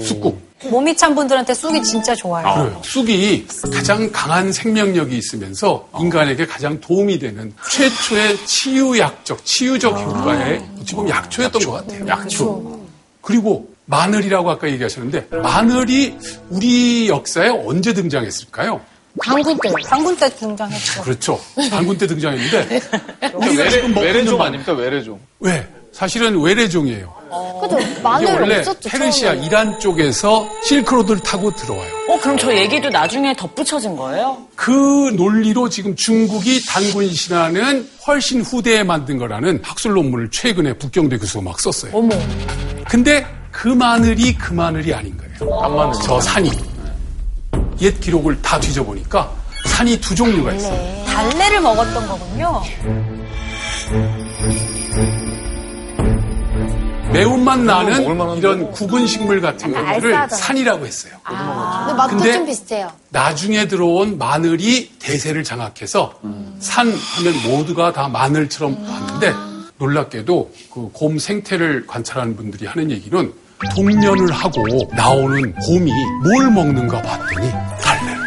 Speaker 8: 쑥국.
Speaker 2: 몸이 찬 분들한테 쑥이 진짜 좋아요.
Speaker 8: 그래요. 쑥이 가장 강한 생명력이 있으면서 인간에게 가장 도움이 되는 최초의 치유약적, 치유적 효과의 어찌 보면 아. 약초였던 것 같아요. 약초. 그리고 마늘이라고 아까 얘기하셨는데 마늘이 우리 역사에 언제 등장했을까요?
Speaker 2: 당군 때. 당군 때 등장했죠.
Speaker 8: 그렇죠. *laughs* 단군 때 등장했는데 우리가 그러니까 지금
Speaker 3: 외래,
Speaker 8: 먹고 있는
Speaker 3: 외래종
Speaker 8: 마늘.
Speaker 3: 아닙니까 외래종
Speaker 8: 왜? 사실은 외래종이에요.
Speaker 6: 그죠?
Speaker 8: 이게
Speaker 6: 마늘
Speaker 8: 원래
Speaker 6: 네, 없었죠.
Speaker 8: 페르시아
Speaker 6: 처음에.
Speaker 8: 이란 쪽에서 실크로드를 타고 들어와요.
Speaker 7: 어 그럼 저 얘기도 나중에 덧붙여진 거예요?
Speaker 8: 그 논리로 지금 중국이 단군 신화는 훨씬 후대에 만든 거라는 학술 논문을 최근에 북경대 교수가 막 썼어요.
Speaker 7: 어머.
Speaker 8: 근데 그 마늘이 그 마늘이 아닌 거예요. 안마늘. 저 산이. 옛 기록을 다 뒤져보니까 산이 두 종류가 있어요.
Speaker 6: 네.
Speaker 2: 달래를 먹었던 거군요.
Speaker 8: 매운맛 나는
Speaker 3: 먹을만한데.
Speaker 8: 이런 구분 식물 같은 것들을
Speaker 6: 알싸하잖아요.
Speaker 8: 산이라고 했어요.
Speaker 6: 근데 맛도
Speaker 8: 근데-
Speaker 6: 좀 비슷해요.
Speaker 8: 나중에 들어온 마늘이 대세를 장악해서 산 하면 모두가 다 마늘처럼 봤는데 놀랍게도 그 곰 생태를 관찰하는 분들이 하는 얘기는 동년을 하고 나오는 곰이 뭘 먹는가 봤더니 달래.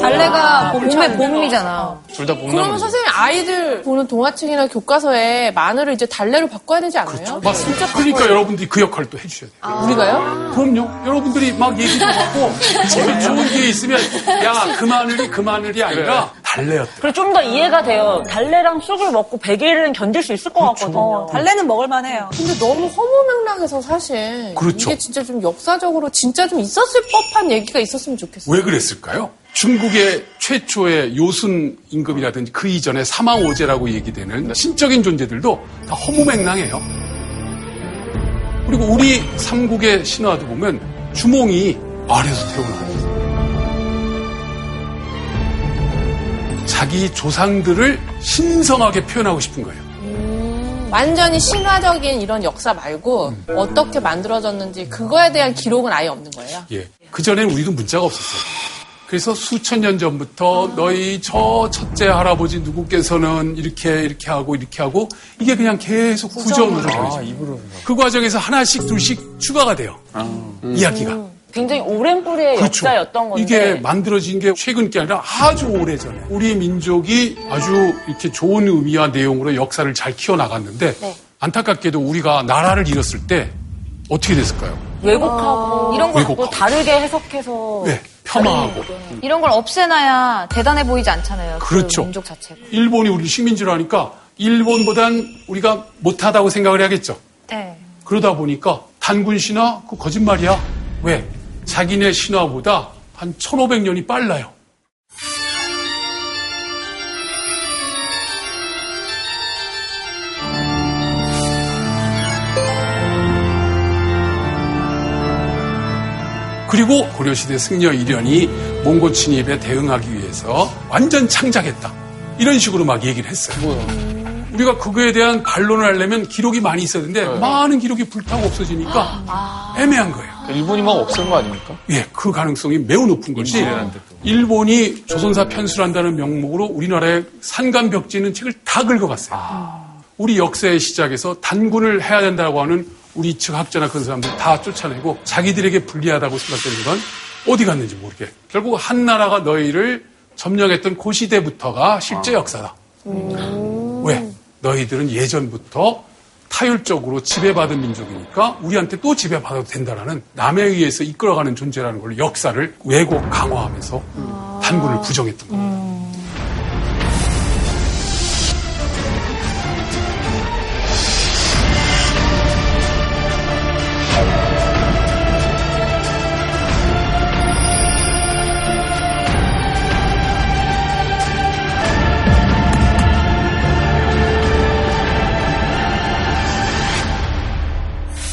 Speaker 2: 달래가 봄의 봄이잖아.
Speaker 3: 둘 다 봄나무
Speaker 1: 그러면 선생님 아이들 보는 동화책이나 교과서에 마늘을 이제 달래로 바꿔야 되지 않아요?
Speaker 8: 맞습니다. 그러니까 여러분들이 그 역할을 또 해주셔야
Speaker 1: 아.
Speaker 8: 돼요.
Speaker 1: 우리가요?
Speaker 8: 그럼요. 여러분들이 막 얘기도 하고 제일 좋은 게 있으면 야 그 마늘이 그 마늘이 아니라 달래였다.
Speaker 7: 그리고 좀 더 이해가 돼요. 달래랑 쑥을 먹고 100일은 견딜 수 있을 것
Speaker 8: 그렇죠. 어.
Speaker 7: 같거든요.
Speaker 2: 어. 달래는 먹을만해요.
Speaker 1: 근데 너무 허무맹랑해서 사실
Speaker 8: 그렇죠.
Speaker 1: 이게 진짜 좀 역사적으로 진짜 좀 있었을 법한 얘기가 있었으면 좋겠어요.
Speaker 8: 왜 그랬을까요? 중국의 최초의 요순 임금이라든지 그 이전에 사망오제라고 얘기되는 신적인 존재들도 다 허무맹랑해요. 그리고 우리 삼국의 신화도 보면 주몽이 아래에서 태어나요. 자기 조상들을 신성하게 표현하고 싶은 거예요.
Speaker 1: 완전히 신화적인 이런 역사 말고
Speaker 8: 음.
Speaker 1: 어떻게 만들어졌는지 그거에 대한 기록은 아예 없는 거예요.
Speaker 8: 예. 그 전엔 우리도 문자가 없었어요. 그래서 수천 년 전부터 너희 저 첫째 할아버지 누구께서는 이렇게 이렇게 하고 이렇게 하고 이게 그냥 계속 구전으로 보여져요. 그 과정에서 하나씩 둘씩 추가가 돼요. 이야기가.
Speaker 7: 굉장히 오랜 뿌리의 그렇죠. 역사였던 건데.
Speaker 8: 그렇죠. 이게 만들어진 게 최근 게 아니라 아주 오래 전에 우리 민족이 아주 이렇게 좋은 의미와 내용으로 역사를 잘 키워나갔는데 안타깝게도 우리가 나라를 잃었을 때 어떻게 됐을까요?
Speaker 7: 왜곡하고 이런 걸
Speaker 8: 왜곡하고.
Speaker 7: 자꾸 다르게 해석해서
Speaker 8: 왜? 폄하하고
Speaker 2: 이런 걸 없애놔야 대단해 보이지 않잖아요. 그
Speaker 8: 그렇죠.
Speaker 2: 민족 자체가.
Speaker 8: 일본이 우리 식민지로 하니까 일본보단 우리가 못하다고 생각을 해야겠죠.
Speaker 2: 네.
Speaker 8: 그러다 보니까 단군 신화 그 거짓말이야. 왜? 자기네 신화보다 한 1500년이 빨라요. 그리고 고려시대 승려 이련이 몽고 침입에 대응하기 위해서 완전 창작했다. 이런 식으로 막 얘기를 했어요. 우리가 그거에 대한 반론을 하려면 기록이 많이 있어야 되는데 많은 기록이 불타고 없어지니까 애매한 거예요.
Speaker 3: 그 일본이 막 없앤 거 아닙니까?
Speaker 8: 예, 그 가능성이 매우 높은 것이 일본이 조선사 편수한다는 명목으로 우리나라의 산간벽지는 책을 다 긁어갔어요. 우리 역사의 시작에서 단군을 해야 된다고 하는 우리 측 학자나 그런 사람들 다 쫓아내고 자기들에게 불리하다고 생각되는 건 어디 갔는지 모르게 결국 한 나라가 너희를 점령했던 그 시대부터가 실제 역사다. 왜? 너희들은 예전부터 타율적으로 지배받은 민족이니까 우리한테 또 지배받아도 된다라는 남에 의해서 이끌어가는 존재라는 걸 역사를 왜곡 강화하면서 단군을 부정했던 겁니다.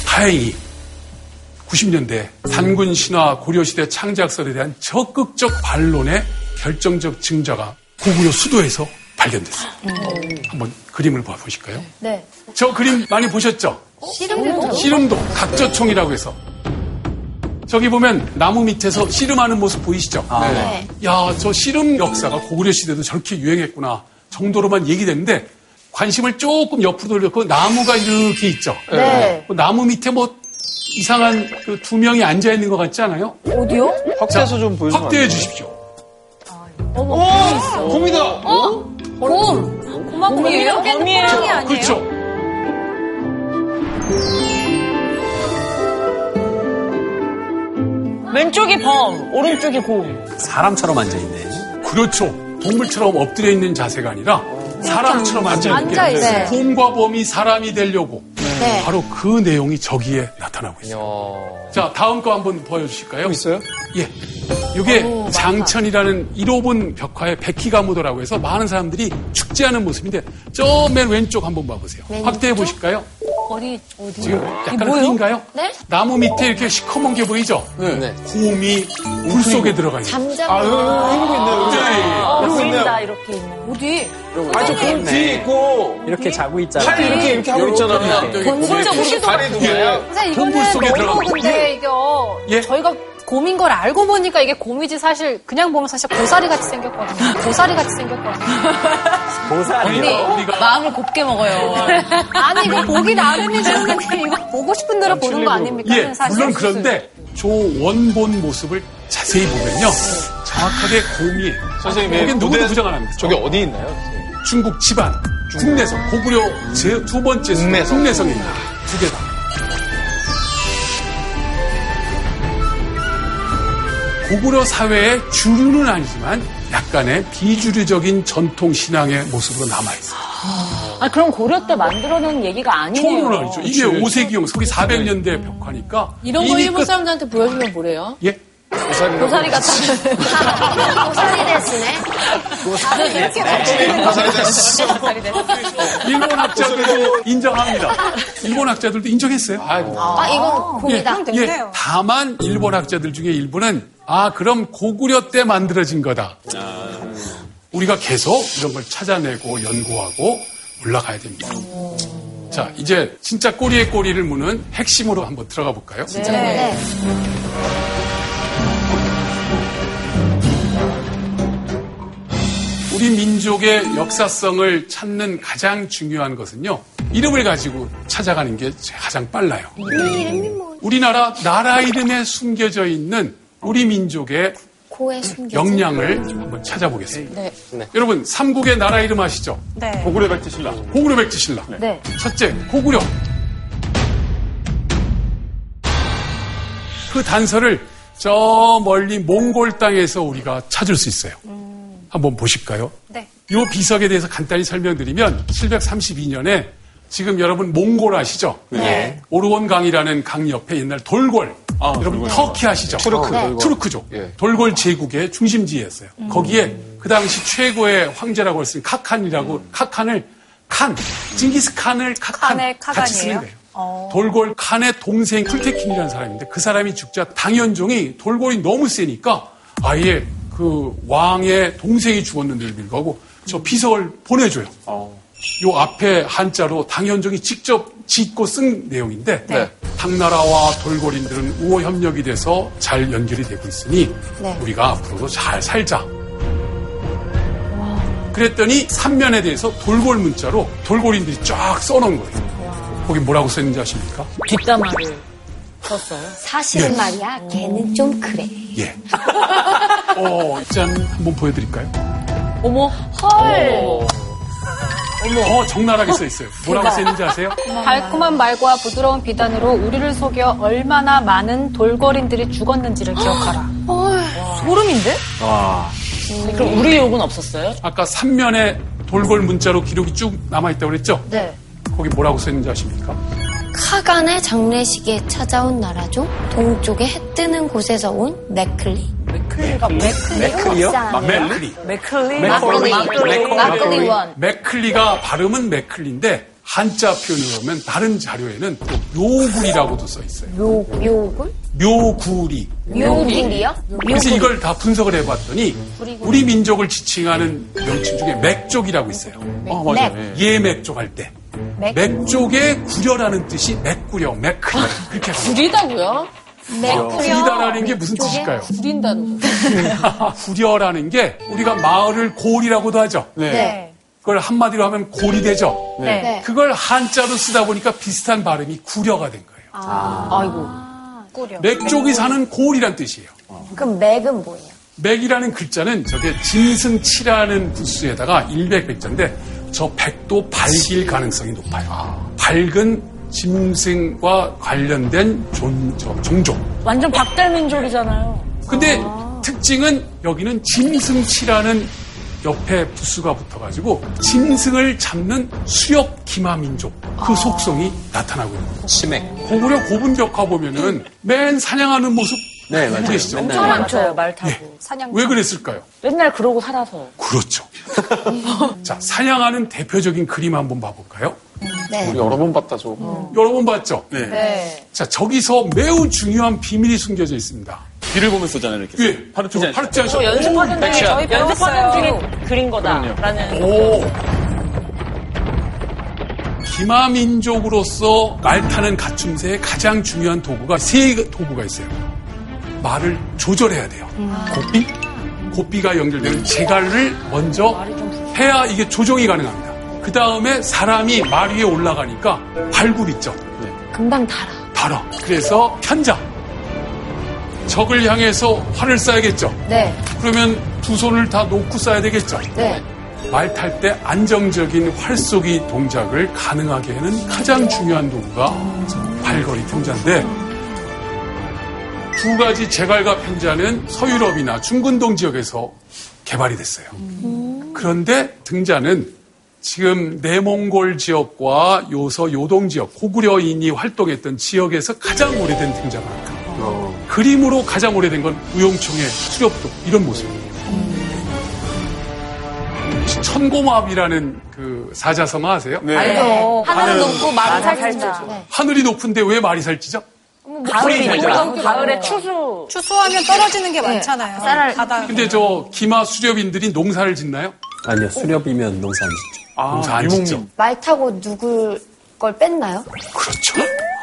Speaker 8: 다행히 90년대 단군 신화 고려시대 창작설에 대한 적극적 반론의 결정적 증자가 고구려 수도에서 발견됐어요. 한번 그림을 봐보실까요?
Speaker 6: 음. 네.
Speaker 8: 저 그림 많이 보셨죠?
Speaker 6: 씨름도?
Speaker 8: 씨름도 각저총이라고 해서 저기 보면 나무 밑에서 씨름하는 모습 보이시죠?
Speaker 6: 네.
Speaker 8: 야, 저 씨름 역사가 고구려 시대도 저렇게 유행했구나 정도로만 얘기됐는데 관심을 조금 옆으로 돌렸고 나무가 이렇게 있죠.
Speaker 6: 네.
Speaker 8: 그 나무 밑에 뭐 이상한 그 두 명이 앉아 있는 것 같지 않아요?
Speaker 2: 어디요?
Speaker 3: 확대해서 좀 보여주면
Speaker 8: 확대해
Speaker 3: 안 돼요?
Speaker 8: 주십시오.
Speaker 3: 어? 곰이다!
Speaker 2: 곰. 곰하고 곰
Speaker 7: 곰이에요.
Speaker 2: 호랑이 아니에요?
Speaker 8: 그렇죠.
Speaker 7: 왼쪽이 범, 오른쪽이 곰.
Speaker 4: 사람처럼 앉아있네.
Speaker 8: 그렇죠. 동물처럼 엎드려 있는 자세가 아니라 사람처럼 앉아 있는
Speaker 2: 네, 그렇죠. 앉아
Speaker 8: 게
Speaker 2: 있어요.
Speaker 8: 곰과 범이 사람이 되려고
Speaker 6: 네.
Speaker 8: 바로 그 내용이 저기에 나타나고 있어요. 자, 다음 거 한번 보여주실까요?
Speaker 3: 있어요?
Speaker 8: 예. 이게 장천이라는 1호분 벽화의 백희가무도라고 해서 많은 사람들이 축제하는 모습인데 저 맨 왼쪽 한번 봐보세요. 확대해 보실까요?
Speaker 2: 어디, 어디.
Speaker 8: 지금
Speaker 3: 아,
Speaker 8: 약간 흑인가요?
Speaker 6: 네?
Speaker 8: 나무 밑에 이렇게 시커먼 게 보이죠?
Speaker 4: 네.
Speaker 8: 곰이 물 속에 들어가 있어요.
Speaker 6: 잠자고.
Speaker 3: 아, 이러고 있네요.
Speaker 8: 아,
Speaker 3: 이러고 있네요.
Speaker 7: 보인다, 이렇게 있는.
Speaker 2: 어디?
Speaker 3: 아, 저곰 뒤에 있고,
Speaker 4: 이렇게 자고 있잖아.
Speaker 3: 팔 이렇게 이렇게 하고 있잖아.
Speaker 1: 뭐
Speaker 2: 진짜 모르겠어.
Speaker 3: 다리 누구예요?
Speaker 2: 선생님,
Speaker 8: 그
Speaker 2: 이거는
Speaker 8: 물 속에
Speaker 2: 너무
Speaker 8: 들어가고.
Speaker 2: 근데 이게 어,
Speaker 8: 예.
Speaker 2: 저희가 곰인 걸 알고 보니까 이게 곰이지 사실 그냥 보면 사실 고사리 같이
Speaker 8: *laughs*
Speaker 2: 생겼거든요. 고사리 같이 생겼거든요.
Speaker 4: 보살이요.
Speaker 2: 마음을 곱게 먹어요. 아니 이거 보기 나름이지 이거 보고 싶은 대로 보는 거 아닙니까?
Speaker 8: 예,
Speaker 2: 사실
Speaker 8: 물론 그런데 저 원본 모습을 자세히 보면요. 정확하게 곰이
Speaker 3: 선생님, 예,
Speaker 8: 여기 누구도
Speaker 3: 무대-
Speaker 8: 부정 안 합니다.
Speaker 3: 저게 어디 있나요? 선생님?
Speaker 8: 중국 집안, 국내성, 고구려 제 두 번째 수,
Speaker 3: 국내성.
Speaker 8: 국내성입니다. 두 개다. 고구려 사회의 주류는 아니지만 약간의 비주류적인 전통 신앙의 모습으로 남아있어요.
Speaker 7: 아, 그럼 고려 때 만들어 놓은 얘기가 아니네요.
Speaker 8: 처음으로는 아니죠. 이게 5세기용, 소기 400년대 벽화니까.
Speaker 1: 이런 거
Speaker 8: 이미
Speaker 1: 일본
Speaker 8: 끝-
Speaker 1: 사람들한테 보여주면 뭐래요?
Speaker 8: 예?
Speaker 2: 고사리 같은
Speaker 6: 고산이 어, 됐으네.
Speaker 8: 일본 학자들도 인정합니다. 일본 학자들도 인정했어요.
Speaker 6: 아, 이건 곰이다.
Speaker 8: 예, 다만 일본 학자들 중에 일부는 아 그럼 고구려 때 만들어진 거다. 우리가 계속 이런 걸 찾아내고 연구하고 올라가야 됩니다. 자 이제 진짜 꼬리에 꼬리를 무는 핵심으로 한번 들어가 볼까요?
Speaker 6: 네.
Speaker 8: 우리 민족의 역사성을 찾는 가장 중요한 것은요. 이름을 가지고 찾아가는 게 가장 빨라요.
Speaker 6: 네, 뭐.
Speaker 8: 우리나라 나라 이름에 숨겨져 있는 우리 민족의
Speaker 6: 고에 숨겨.
Speaker 8: 역량을 한번 찾아보겠습니다.
Speaker 1: 네.
Speaker 5: 네.
Speaker 8: 여러분 삼국의 나라 이름 아시죠?
Speaker 2: 네.
Speaker 9: 고구려 백제신라.
Speaker 8: 고구려 백제신라.
Speaker 6: 네.
Speaker 8: 첫째 고구려. 그 단서를 저 멀리 몽골 땅에서 우리가 찾을 수 있어요. 한번 보실까요?
Speaker 2: 네.
Speaker 8: 이 비석에 대해서 간단히 설명드리면 732년에 지금 여러분 몽골 아시죠? 네. 오르원강이라는 강 옆에 옛날 돌골.
Speaker 9: 아,
Speaker 8: 여러분
Speaker 9: 돌골.
Speaker 8: 터키 아시죠?
Speaker 3: 투르크,
Speaker 8: 네.
Speaker 3: 돌골.
Speaker 8: 투르크족. 돌골 제국의 중심지였어요.
Speaker 2: 음.
Speaker 8: 거기에 그 당시 최고의 황제라고 할 수 있는 카칸이라고 카칸을 칸, 징기스 칸을 카칸
Speaker 2: 음. 칸의
Speaker 8: 같이 쓰는
Speaker 2: 카간이에요? 어.
Speaker 8: 거예요. 돌골 칸의 동생 쿨테킨이라는 사람인데 그 사람이 죽자 당현종이 돌골이 너무 세니까 아예 그 왕의 동생이 죽었는데도 불구하고 저 비석을 보내줘요. 요 앞에 한자로 당현종이 직접 짓고 쓴 내용인데
Speaker 3: 네.
Speaker 8: 당나라와 돌고린들은 우호 협력이 돼서 잘 연결이 되고 있으니
Speaker 6: 네.
Speaker 8: 우리가 앞으로도 잘 살자. 그랬더니 삼면에 대해서 돌골 문자로 돌고린들이 쫙 써놓은 거예요. 거기 뭐라고 써있는지 아십니까?
Speaker 7: 뒷담화를.
Speaker 6: 사실은 말이야, 걔는 좀 그래.
Speaker 8: 예. 어, 짠 한번 보여드릴까요?
Speaker 7: 어머,
Speaker 8: 어, 적나라하게 써있어요. 뭐라고
Speaker 7: 그러니까.
Speaker 8: 써있는지 아세요?
Speaker 2: 달콤한 말과 부드러운 비단으로 우리를 속여 얼마나 많은 돌거린들이 죽었는지를
Speaker 7: *gasps*
Speaker 2: 기억하라. 소름인데?
Speaker 7: 그럼 우리 욕은 없었어요?
Speaker 8: 아까 삼면에 돌골 문자로 기록이 쭉 남아있다고 그랬죠?
Speaker 6: 네.
Speaker 8: 거기 뭐라고 써있는지 아십니까?
Speaker 6: 카간의 장례식에 찾아온 나라죠. 동쪽에 해 뜨는 곳에서 온 맥클리.
Speaker 2: 네,
Speaker 4: 맥클리요?
Speaker 8: 아, 맥클리.
Speaker 7: 아, 네. 맥클리.
Speaker 6: 마클리.
Speaker 7: 마클리.
Speaker 6: 마클리 원.
Speaker 8: 맥클리가 발음은 맥클리인데 한자 표현을 보면 다른 자료에는 또 묘굴이라고도 써 있어요.
Speaker 6: 요, 요굴?
Speaker 8: 묘구리.
Speaker 6: 요굴이요?
Speaker 8: 그래서 이걸 다 분석을 해봤더니 우리 민족을 지칭하는 명칭 중에 맥족이라고 있어요.
Speaker 9: 아, 맞아요. 예.
Speaker 8: 예 맥족 할 때.
Speaker 6: 맥?
Speaker 8: 맥족의 구려라는 뜻이 맥구려, 맥크 그렇게 해서
Speaker 1: 구리다고요?
Speaker 8: 구리다라는 게 무슨 뜻일까요?
Speaker 1: 구린다는 거.
Speaker 8: *laughs* 구려라는 게 우리가 마을을 골이라고도 하죠.
Speaker 6: 네.
Speaker 8: 그걸 한마디로 하면 골이 되죠.
Speaker 2: 네.
Speaker 8: 그걸 한자로 쓰다 보니까 비슷한 발음이 구려가 된 거예요.
Speaker 1: 아이고.
Speaker 8: 맥족이 사는 골이란 뜻이에요.
Speaker 6: 그럼 맥은 뭐예요?
Speaker 8: 맥이라는 글자는 저게 짐승치라는 부수에다가 100백자인데 저 백도 밝일 가능성이 높아요. 밝은 짐승과 관련된 존, 저, 종족.
Speaker 7: 완전 박달민족이잖아요.
Speaker 8: 근데 특징은 여기는 짐승치라는 옆에 부수가 붙어가지고 짐승을 잡는 수렵 기마민족 그 속성이 나타나고 있는 거예요.
Speaker 4: 치맥.
Speaker 8: 고구려 고분벽화 보면은 맨 사냥하는 모습
Speaker 4: 네,
Speaker 8: 보고
Speaker 4: 맞아요.
Speaker 8: 계시죠? 예.
Speaker 4: 맨날
Speaker 7: 맞아말 타고.
Speaker 8: 왜 그랬을까요?
Speaker 7: 맨날 그러고 살아서.
Speaker 8: 그렇죠. *laughs* 자, 사냥하는 대표적인 그림 한번 봐볼까요?
Speaker 3: 우리 여러 번 봤다, 저거.
Speaker 8: 여러 번 봤죠?
Speaker 9: 네.
Speaker 8: 자, 저기서 매우 중요한 비밀이 숨겨져 있습니다.
Speaker 9: 귀를 보면 쏘잖아요, 이렇게.
Speaker 8: 예,
Speaker 9: 바로
Speaker 8: 저거
Speaker 9: 튀지
Speaker 8: 바로 튀지 않죠?
Speaker 7: 어, 연습하던 중에 저희 연습하던 중에 그린 거다라는.
Speaker 8: 오! 기마민족으로서 말 타는 가춤새의 가장 중요한 도구가 세 도구가 있어요. 말을 조절해야 돼요.
Speaker 6: 음.
Speaker 8: 고삐? 고삐가 연결되는 제갈을 먼저 해야 이게 조정이 가능합니다. 그 다음에 사람이 말 위에 올라가니까 발굽 있죠.
Speaker 6: 금방 달아.
Speaker 8: 달아. 그래서 편자. 적을 향해서 활을 쏴야겠죠.
Speaker 6: 네.
Speaker 8: 그러면 두 손을 다 놓고 쏴야 되겠죠.
Speaker 6: 네.
Speaker 8: 말 탈 때 안정적인 활쏘기 동작을 가능하게 하는 가장 중요한 도구가 발걸이 편자인데 두 가지 제갈과 편자는 서유럽이나 중근동 지역에서 개발이 됐어요. 그런데 등자는 지금 내몽골 지역과 요서 요동 지역 고구려인이 활동했던 지역에서 가장 오래된 등자만큼 그림으로 가장 오래된 건 우용총의 수렵도 이런 모습이에요. 혹시 천고마비라는 그 사자성어 아세요?
Speaker 2: 알죠. 네. 하늘은 높고 말은
Speaker 7: 말은
Speaker 2: 살찐다.
Speaker 7: 살찐다.
Speaker 8: 하늘이 높은데 왜 말이 살찌죠?
Speaker 7: 가을이
Speaker 2: 달잖아.
Speaker 7: 가을에 추수.
Speaker 2: 추수하면 떨어지는
Speaker 7: 네.
Speaker 2: 게 많잖아요. 쌀알. 바다.
Speaker 8: 근데 저 기마 수렵인들이 농사를 짓나요?
Speaker 4: 아니요, 수렵이면 농사 안 짓죠.
Speaker 2: 아,
Speaker 8: 농사 안 짓죠.
Speaker 6: 말 타고 누굴 걸 뺐나요?
Speaker 8: 그렇죠.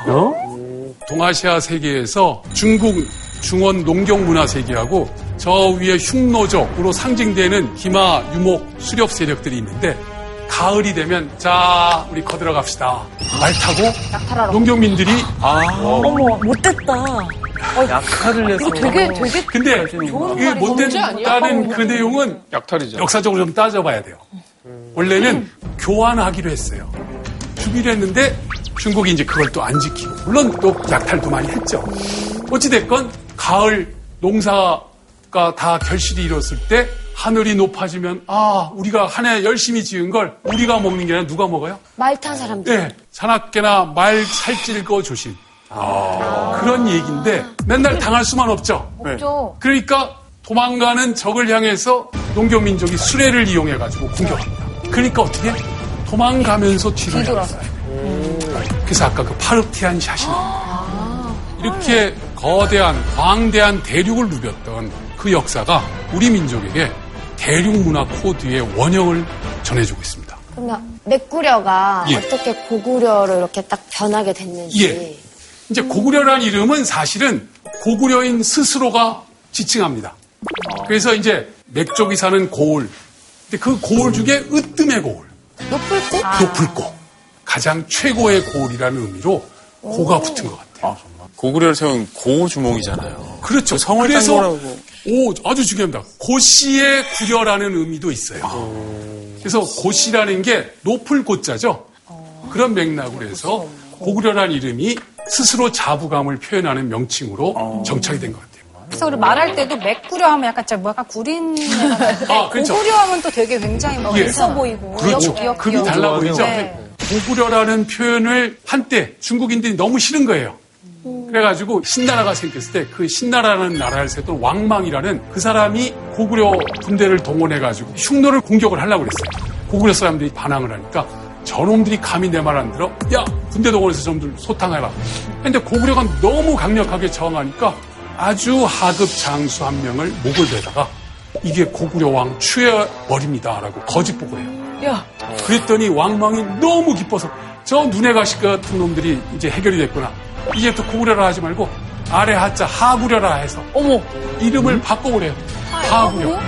Speaker 9: 어?
Speaker 8: 동아시아 세계에서 중국 중원 농경 문화 세계하고 저 위에 흉노족으로 상징되는 기마, 유목, 수렵 세력들이 있는데 가을이 되면 자 우리 거들어 갑시다 말 타고 농경민들이 아,
Speaker 7: 어머, 못됐다.
Speaker 4: 약탈을 해서.
Speaker 2: 되게, 되게
Speaker 8: 근데 이게 못된
Speaker 2: 어.
Speaker 8: 다는 그 내용은
Speaker 3: 약탈이죠.
Speaker 8: 역사적으로 좀 따져봐야 돼요. 원래는 교환하기로 했어요. 주기로 했는데 중국이 이제 그걸 또 안 지키고 물론 또 약탈도 많이 했죠. 어찌됐건 가을 농사가 다 결실이 이뤘을 때 하늘이 높아지면 아 우리가 한 해 열심히 지은 걸 우리가 먹는 게 아니라 누가 먹어요?
Speaker 6: 말 탄 사람들.
Speaker 8: 예, 산악계나 말 살찔 거 조심. 그런 얘기인데 맨날 당할 수만 아. 없죠.
Speaker 2: 죠
Speaker 8: 그러니까 도망가는 적을 향해서 농경민족이 수레를 이용해가지고 공격합니다. 그러니까 어떻게? 도망가면서 뒤를 돌아서요. 그래서 아까 그 파르티안 샷이 나옵니다. 아. 이렇게 거대한, 광대한 대륙을 누볐던 그 역사가 우리 민족에게 대륙 문화 코드의 원형을 전해주고 있습니다.
Speaker 6: 그러면 맥구려가
Speaker 8: 예.
Speaker 6: 어떻게 고구려로 이렇게 딱 변하게 됐는지.
Speaker 8: 예. 이제 고구려란 이름은 사실은 고구려인 스스로가 지칭합니다. 그래서 이제 맥족이 사는 고을. 근데 그 고을 중에 으뜸의 고을.
Speaker 6: 높을 때?
Speaker 8: 높을 고. 가장 최고의 고을이라는 의미로 고가 붙은 것 같아요.
Speaker 9: 아, 정말. 고구려를 세운 고주몽이잖아요.
Speaker 8: 그렇죠.
Speaker 9: 성을 딴
Speaker 8: 그래서
Speaker 9: 거라고.
Speaker 8: 오 아주 중요합니다. 고씨의 구려라는 의미도 있어요.
Speaker 9: 아.
Speaker 8: 그래서 고씨라는 게 높을 고자죠.
Speaker 9: 어.
Speaker 8: 그런 맥락으로 해서
Speaker 9: 그렇죠.
Speaker 8: 고구려란 이름이 스스로 자부감을 표현하는
Speaker 9: 어.
Speaker 8: 명칭으로 정착이 된 것 같아요.
Speaker 2: 그래서 우리 말할 때도 맥구려 하면 약간 진짜 뭐가 구린 애가 같은데
Speaker 8: *laughs* 아, 그렇죠.
Speaker 2: 고구려 하면 또 되게 굉장히 막
Speaker 8: 예.
Speaker 2: 있어 보이고
Speaker 8: 그렇죠.
Speaker 2: 귀엽,
Speaker 8: 급이
Speaker 2: 귀엽.
Speaker 8: 달라 보이죠.
Speaker 2: 네.
Speaker 8: 고구려라는 표현을 한때 중국인들이 너무 싫은 거예요. 그래가지고 신나라가 생겼을 때 그 신나라는 나라를 세웠던 왕망이라는 그 사람이 고구려 군대를 동원해가지고 흉노를 공격을 하려고 그랬어요. 고구려 사람들이 반항을 하니까 저놈들이 감히 내 말 안 들어? 야, 군대 동원해서 저놈들 소탕해라. 근데 고구려가 너무 강력하게 저항하니까 아주 하급 장수 한 명을 목을 베다가 이게 고구려 왕 추해버립니다라고 거짓 보고해요. 그랬더니 왕망이 너무 기뻐서 저 눈에 가시 같은 놈들이 이제 해결이 됐구나. 이제 또 고구려라 하지 말고 아래 하자 하구려라 해서 어머 이름을 바꿔보래요. 하구려.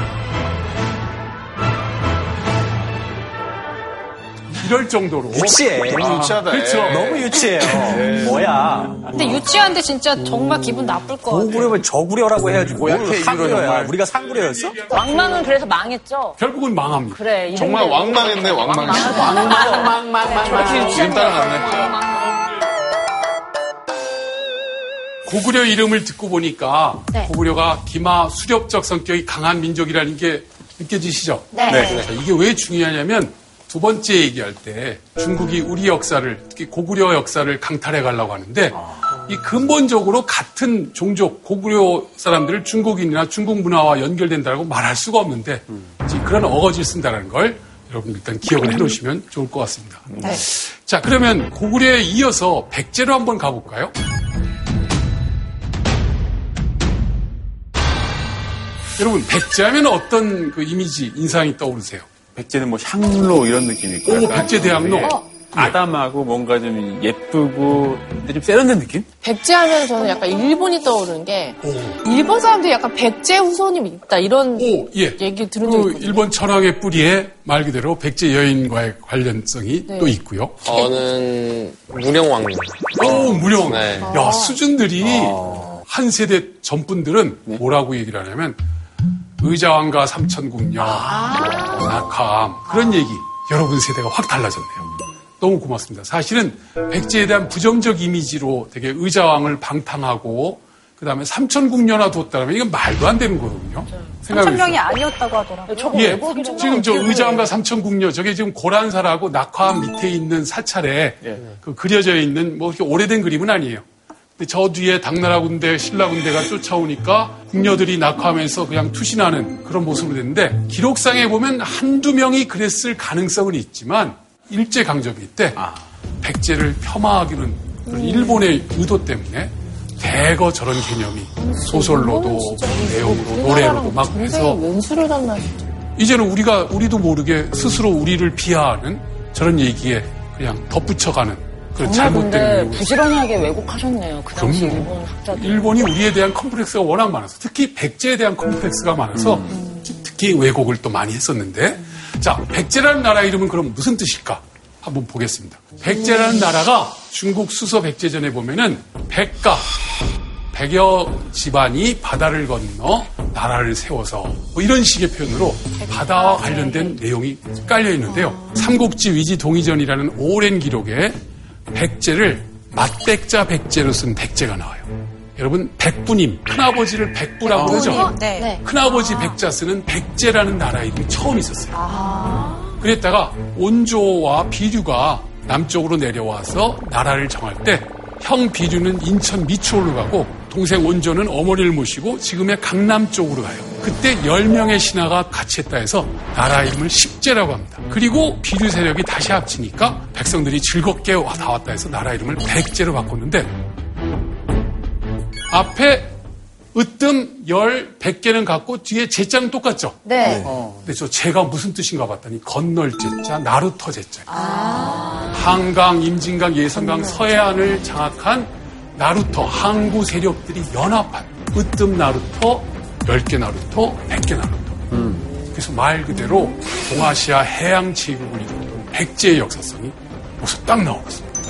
Speaker 8: 이럴 정도로
Speaker 4: 유치해.
Speaker 3: 너무 유치하다.
Speaker 8: 그렇죠.
Speaker 3: 예.
Speaker 4: 너무 유치해요. 뭐야.
Speaker 2: 근데 유치한데 진짜 정말 기분 나쁠 것 같아요.
Speaker 4: 고구려면 저구려라고 해야지. 뭘
Speaker 3: 뭐야, 이거
Speaker 4: 하구려야.
Speaker 3: 정말.
Speaker 4: 우리가 상구려였어?
Speaker 7: 왕망은 그래서 망했죠.
Speaker 8: 결국은 망합니다.
Speaker 7: 그래. 이런
Speaker 3: 정말
Speaker 7: 데는.
Speaker 3: 왕망했네, 왕망. 왕망망망망. 지금 따라갔네.
Speaker 8: 고구려 이름을 듣고 보니까
Speaker 6: 네.
Speaker 8: 고구려가 기마 수렵적 성격이 강한 민족이라는 게 느껴지시죠?
Speaker 6: 네. 네.
Speaker 8: 자, 이게 왜 중요하냐면 두 번째 얘기할 때 중국이 우리 역사를 특히 고구려 역사를 강탈해 가려고 하는데 이 근본적으로 같은 종족 고구려 사람들을 중국인이나 중국 문화와 연결된다고 말할 수가 없는데 이제 그런 어거지를 쓴다는 걸 여러분 일단 기억을 해놓으시면 좋을 것 같습니다. 자 그러면 고구려에 이어서 백제로 한번 가볼까요? 여러분 백제하면 어떤 그 이미지 인상이 떠오르세요?
Speaker 9: 백제는 뭐 향로 이런 느낌이고.
Speaker 8: 오, 백제 네. 대학로.
Speaker 9: 아담하고 뭔가 좀 예쁘고 근데 좀 세련된 느낌?
Speaker 1: 백제 하면 저는 약간 일본이 떠오르는 게 일본 사람들이 약간 백제 후손이 있다 이런
Speaker 8: 오, 예.
Speaker 1: 얘기 들은 적
Speaker 8: 그
Speaker 1: 있거든요.
Speaker 8: 일본 철학의 뿌리에 말 그대로 백제 여인과의 관련성이
Speaker 1: 네.
Speaker 8: 또 있고요.
Speaker 5: 저는 무령왕릉.
Speaker 8: 오, 무령.
Speaker 5: 네.
Speaker 1: 아.
Speaker 8: 야, 수준들이 한 세대 전분들은 뭐라고 얘기를 하냐면 의자왕과 삼천궁녀,
Speaker 1: 아.
Speaker 8: 낙함 그런 얘기. 여러분 세대가 확 달라졌네요. 너무 고맙습니다. 사실은 백제에 대한 부정적 이미지로 되게 의자왕을 방탕하고 그다음에 삼천궁녀나 뒀다면 이건 말도 안 되는 거거든요. 생각해 보세요.
Speaker 2: 3,000명이 아니었다고 하더라고요.
Speaker 8: 예, 지금 저 의자함과 삼천궁녀 저게 지금 고란사라고 낙화암 밑에 있는 사찰에 그 그려져 있는 뭐 이렇게 오래된 그림은 아니에요. 근데 저 뒤에 당나라 군대, 신라 군대가 쫓아오니까 궁녀들이 낙화하면서 그냥 투신하는 그런 모습으로 됐는데 기록상에 보면 한두 명이 그랬을 가능성은 있지만 일제 강점기 때 백제를 폄하하기는 그런 일본의 의도 때문에 대거 저런 개념이 소설로도 내용으로 노래로도 막 해서
Speaker 1: 연수를 갔나
Speaker 8: 이제는 우리가 우리도 모르게 스스로 우리를 비하하는 저런 얘기에 그냥 덧붙여가는 그런
Speaker 7: 근데
Speaker 8: 잘못된 내용을.
Speaker 7: 부지런하게 왜곡하셨네요. 그 당시
Speaker 8: 그럼요.
Speaker 7: 일본 학자들.
Speaker 8: 일본이 우리에 대한 컴플렉스가 워낙 많아서 특히 백제에 대한 컴플렉스가 많아서 특히 왜곡을 또 많이 했었는데 자 백제라는 나라 이름은 그럼 무슨 뜻일까 한번 보겠습니다 백제라는 나라가 중국 수서 백제전에 보면은 백가 백여 집안이 바다를 건너 나라를 세워서 뭐 이런 식의 표현으로 바다와 관련된 내용이 깔려 있는데요 삼국지 위지 동의전이라는 오랜 기록에 백제를 맞백자 백제로 쓴 백제가 나와요. 여러분 백부님 큰아버지를 백부라고 하죠.
Speaker 2: 네.
Speaker 8: 큰아버지 백자 쓰는 백제라는 나라 이름이 처음 있었어요. 그랬다가 온조와 비류가 남쪽으로 내려와서 나라를 정할 때 형 비류는 인천 미추홀로 가고 동생 온조는 어머니를 모시고 지금의 강남 쪽으로 가요. 그때 10명의 신하가 같이 했다 해서 나라 이름을 십제라고 합니다. 그리고 비류 세력이 다시 합치니까 백성들이 즐겁게 와- 다 왔다 해서 나라 이름을 백제로 바꿨는데 앞에 으뜸 열, 백 개는 같고 뒤에 제자는 똑같죠.
Speaker 6: 네.
Speaker 8: 근데 저 제가 무슨 뜻인가 봤더니 건널 제자, 나루터 제자. 한강, 임진강, 예선강, 서해안을 장악한 나루터, 항구 세력들이 연합한 으뜸 나루터, 열 개 나루터, 백 개 나루터. 그래서 말 그대로 동아시아 해양 제국을 이뤘던 백제의 역사성이 여기서 딱 나오고 있습니다.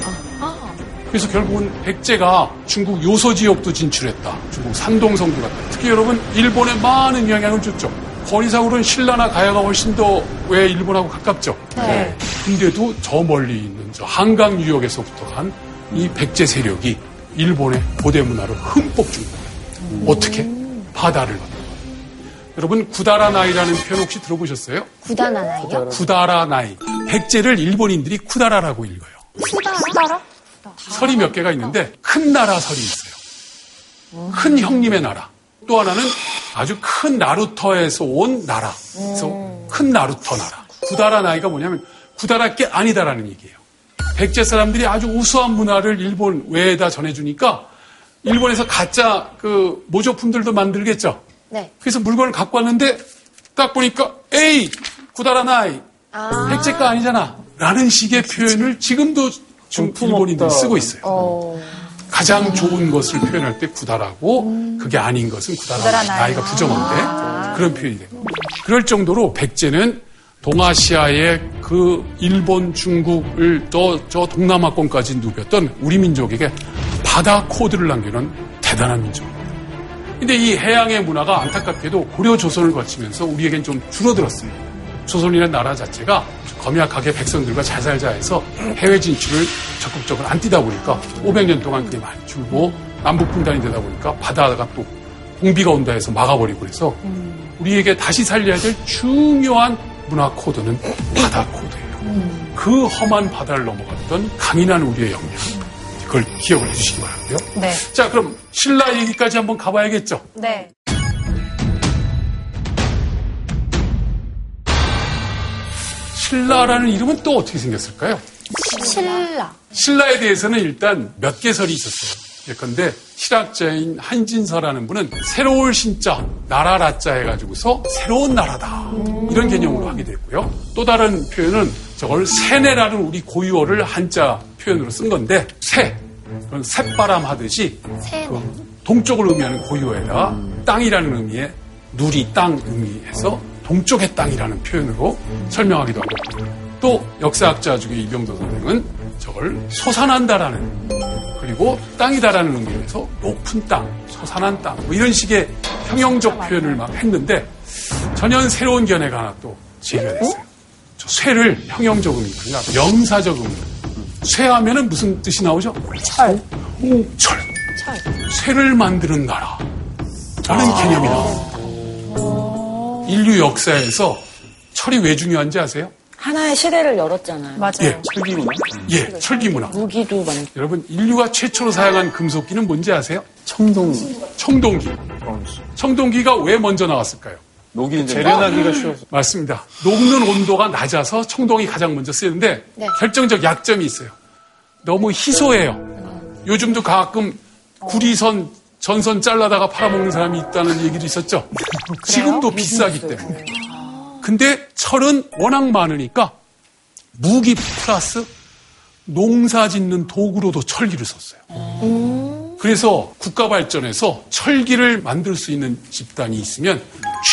Speaker 8: 그래서 결국은 백제가 중국 요소 지역도 진출했다. 중국 산동성도 갔다. 특히 여러분 일본에 많은 영향을 줬죠. 거리상으로는 신라나 가야가 훨씬 더 왜 일본하고 가깝죠. 네. 근데도 저 멀리 있는 저 한강 유역에서부터 간 이 백제 세력이 일본의 고대 문화를 흠뻑 준 거예요. 어떻게? 바다를 건너. 여러분 구다라나이라는 표현 혹시 들어보셨어요?
Speaker 6: 구단한 아이요?
Speaker 8: 그러니까 구다라나이. 백제를 일본인들이 쿠다라라고 읽어요.
Speaker 6: 수다라?
Speaker 8: 설이 몇 개가 있는데 큰 나라 설이 있어요. 큰 형님의 나라. 또 하나는 아주 큰 나루터에서 온 나라. 그래서 큰 나루터 나라. 구다라 나이가 뭐냐면 구달할 게 아니다라는 얘기예요. 백제 사람들이 아주 우수한 문화를 일본 외에다 전해주니까 일본에서 가짜 그 모조품들도 만들겠죠.
Speaker 6: 네.
Speaker 8: 그래서 물건을 갖고 왔는데 딱 보니까 에이 구달하나이 백제가 아니잖아 라는 식의 표현을 지금도 좀 일본인들이 쓰고 있어요. 가장 좋은 것을 표현할 때 구달하고 그게 아닌 것은 구달하고
Speaker 2: 구달하나요?
Speaker 8: 나이가 아. 부정한데 그런 표현이 돼요. 그럴 정도로 백제는 동아시아의 그 일본, 중국을 저, 저 동남아권까지 누볐던 우리 민족에게 바다 코드를 남기는 대단한 민족입니다. 근데 이 해양의 문화가 안타깝게도 고려 조선을 거치면서 우리에겐 좀 줄어들었습니다. 조선이라는 나라 자체가 검약하게 백성들과 잘 살자 해서 해외 진출을 적극적으로 안 뛰다 보니까 500년 동안 그게 많이 줄고 남북 분단이 되다 보니까 바다가 또 공비가 온다 해서 막아버리고 그래서 우리에게 다시 살려야 될 중요한 문화 코드는 바다 코드예요. 그 험한 바다를 넘어갔던 강인한 우리의 역량 그걸 기억을 해주시기 바라고요.
Speaker 2: 네.
Speaker 8: 자 그럼 신라 얘기까지 한번 가봐야겠죠.
Speaker 2: 네.
Speaker 8: 신라라는 이름은 또 어떻게 생겼을까요?
Speaker 6: 신라.
Speaker 8: 신라에 대해서는 일단 몇 개설이 있었어요. 예컨대 실학자인 한진서라는 분은 새로울 신자, 나라라자 해가지고서 새로운 나라다 이런 개념으로 하게 됐고요. 또 다른 표현은 저걸 세네라는 우리 고유어를 한자 표현으로 쓴 건데 새 그런 새바람 하듯이 그 동쪽을 의미하는 고유어에다 땅이라는 의미의 누리 땅 의미해서 동쪽의 땅이라는 표현으로 설명하기도 하고 또 역사학자 중에 이병도 선생은 저걸 소산한다라는 그리고 땅이다라는 의미로 해서 높은 땅, 소산한 땅, 뭐 이런 식의 형용적 표현을 막 했는데 전혀 새로운 견해가 하나 또 제기가 됐어요. 저 쇠를 형용적 의미가 아니라 명사적 의미. 쇠하면은 무슨 뜻이 나오죠? 철. 오, 철. 쇠를 만드는 나라. 라는
Speaker 7: 아.
Speaker 8: 개념이 나와요. 인류 역사에서 철이 왜 중요한지 아세요?
Speaker 7: 하나의 시대를 열었잖아요.
Speaker 2: 맞아요.
Speaker 8: 예. 철기 문화? 예, 철기 문화.
Speaker 7: 네. 무기도 많이.
Speaker 8: 여러분, 인류가 최초로 사용한 금속기는 뭔지 아세요?
Speaker 9: 청동
Speaker 8: 청동기. 청동기가 왜 먼저 나왔을까요?
Speaker 9: 녹이는 데
Speaker 3: 재련하기가 쉬워서.
Speaker 8: 맞습니다. 녹는 온도가 낮아서 청동이 가장 먼저 쓰이는데 결정적 약점이 있어요. 너무 희소해요. 요즘도 가끔 구리선 전선 잘라다가 팔아먹는 사람이 있다는 얘기도 있었죠. 지금도 네, 비싸기 때문에. 근데 철은 워낙 많으니까 무기 플러스 농사 짓는 도구로도 철기를 썼어요. 그래서 국가 발전에서 철기를 만들 수 있는 집단이 있으면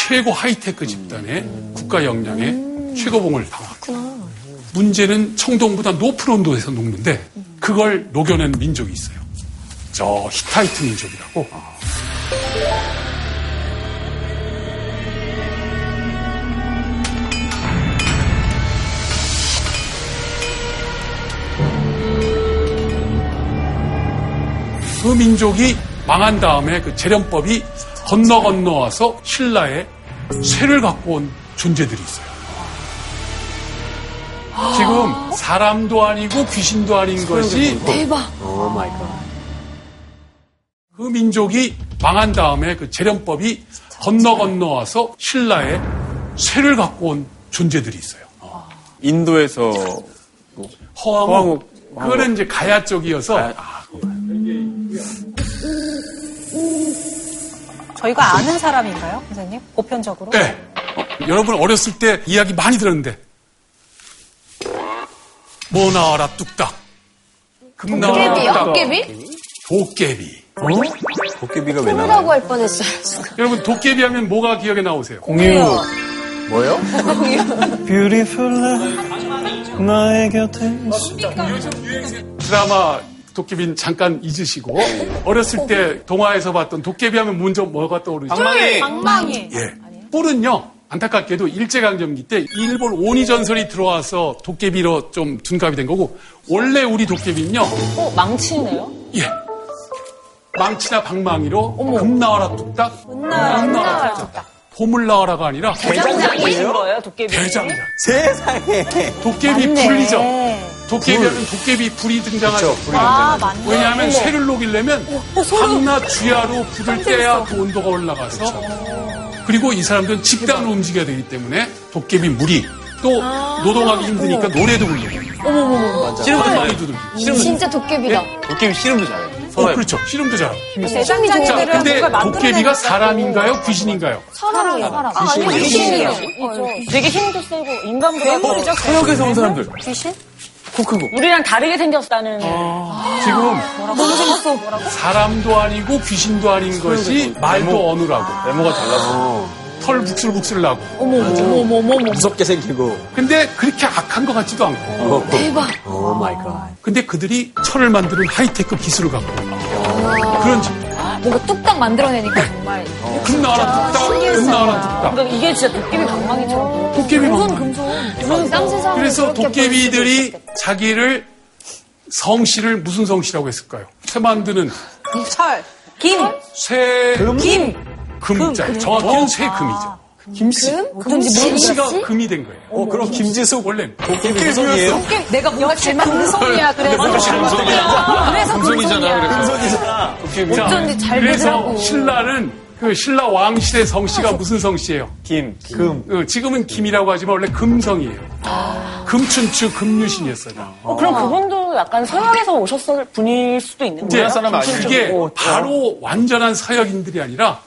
Speaker 8: 최고 하이테크 집단의 국가 역량의 최고봉을 당하고 문제는 청동보다 높은 온도에서 녹는데 그걸 녹여낸 민족이 있어요. 저 히타이트 민족이라고. 그 민족이 망한 다음에 그 재련법이 건너 건너와서 신라에 쇠를 갖고 온 존재들이 있어요. 지금 사람도 아니고 귀신도 아닌 것이
Speaker 2: 대박.
Speaker 8: 그 민족이 망한 다음에 그 재련법이 건너 건너와서 신라에 쇠를 갖고 온 존재들이 있어요.
Speaker 9: 인도에서
Speaker 8: 허황옥. 그거는 이제 가야 쪽이어서
Speaker 2: 저희가 아는 사람인가요, 선생님? 보편적으로?
Speaker 8: 네. 어, 여러분 어렸을 때 이야기 많이 들었는데 뭐 나와라 뚝딱 금 나와라
Speaker 2: 예,
Speaker 8: 뚝딱
Speaker 2: 도깨비?
Speaker 8: 도깨비 어?
Speaker 4: 도깨비가 왜 나와?
Speaker 6: 라고 할 뻔했어요. 순간.
Speaker 8: 여러분 도깨비 하면 뭐가 기억에 나오세요?
Speaker 3: 공유.
Speaker 4: 뭐요?
Speaker 3: Beautiful love, 나의 곁에 있어.
Speaker 8: 드라마 도깨비는 잠깐 잊으시고 어렸을 때 동화에서 봤던 도깨비 하면 먼저 뭐가 떠오르죠?
Speaker 2: 아,
Speaker 3: 악마의
Speaker 2: 방망이.
Speaker 8: 예. 뿔은요, 안타깝게도 일제강점기 때 일본 오니 전설이 들어와서 도깨비로 좀 둔갑이 된 거고, 원래 우리 도깨비는요.
Speaker 7: 어, 망치네요?
Speaker 8: 예. 망치나 방망이로 금 나와라 뚝딱, 금 나와라 뚝딱. 보물 나와라가 아니라
Speaker 7: 대장장이신 거예요, 도깨비?
Speaker 8: 대장장.
Speaker 4: 세상에.
Speaker 8: 도깨비 불이죠. 도깨비 하면 도깨비 불이 등장하죠.
Speaker 2: 아, 맞네.
Speaker 8: 왜냐하면 쇠를 어, 녹이려면 밤낮 주야로 불을 떼야 그 온도가 올라가서 그리고 이 사람들은 집단으로 움직여야 되기 때문에 도깨비 물이 또 노동하기 힘드니까 노래도 부르고
Speaker 9: 씨름도 잘해요.
Speaker 8: 노래도 들고
Speaker 6: 진짜 도깨비다.
Speaker 9: 도깨비 씨름도 잘해요.
Speaker 8: 어,
Speaker 9: 서로
Speaker 8: 그렇죠. 씨름도 잘하고.
Speaker 2: 세상
Speaker 8: 자,
Speaker 2: 종들은
Speaker 8: 근데
Speaker 2: 뭔가
Speaker 8: 도깨비가
Speaker 2: 만들어내니까
Speaker 8: 사람인가요? 귀신인가요?
Speaker 6: 사람이요. 사람. 아, 아니요.
Speaker 2: 귀신이에요.
Speaker 7: 되게 힘도 세고 인간보다 더
Speaker 9: 사역에서 온 사람들.
Speaker 6: 귀신?
Speaker 9: 코 크고.
Speaker 7: 우리랑 다르게 생겼다는
Speaker 8: 어. 지금 사람도 아니고 귀신도 아닌 것이 말도 어눌하고
Speaker 3: 외모가 달라서.
Speaker 8: 털 북슬북슬 나고
Speaker 4: 무섭게 생기고.
Speaker 8: 근데 그렇게 악한 것 같지도 않고
Speaker 4: 어, 대박. 오 마이 갓.
Speaker 8: 근데 그들이 철을 만드는 하이테크 기술을 갖고 그런 집 네.
Speaker 2: 뭔가 뚝딱 만들어내니까 정말.
Speaker 8: 금나와라 뚝딱 금나와라 뚝딱
Speaker 7: 그러니까 이게 진짜 도깨비 방망이처럼
Speaker 8: 도깨비 막
Speaker 6: 쌍 세상을 그렇게 볼수
Speaker 8: 그래서 도깨비들이
Speaker 6: 있겠다.
Speaker 8: 자기를 성씨를 무슨 성씨라고 했을까요? 쇠 만드는
Speaker 2: 그 철, 김,
Speaker 8: 쇠금
Speaker 2: 김.
Speaker 8: 금자 정확히는 쇠금이죠.
Speaker 4: 김씨?
Speaker 2: 어떤지
Speaker 8: 씨가 금이 된 거예요.
Speaker 4: 어, 그럼 김지숙
Speaker 8: 원래
Speaker 4: 도깨비 무성이에요?
Speaker 2: 내가 뭔가 제일
Speaker 8: 아,
Speaker 2: 금성이야 그래서 그래서 금성이야
Speaker 4: 금성이잖아.
Speaker 2: 어쩐지 잘
Speaker 8: 그래서
Speaker 2: 되더라고
Speaker 8: 신라는 그 신라 왕실의
Speaker 4: 아,
Speaker 8: 성씨가 무슨 성씨예요?
Speaker 4: 김, 금.
Speaker 8: 어, 지금은 김이라고 하지만 원래 금성이에요.
Speaker 4: 아.
Speaker 8: 금춘추 금유신이었어요.
Speaker 7: 어, 그럼 그분도 약간 서양에서 오셨을 분일 수도 있는
Speaker 8: 이제
Speaker 7: 거예요?
Speaker 3: 사람 아니에요?
Speaker 8: 네. 이게 바로 완전한 서역인들이 아니라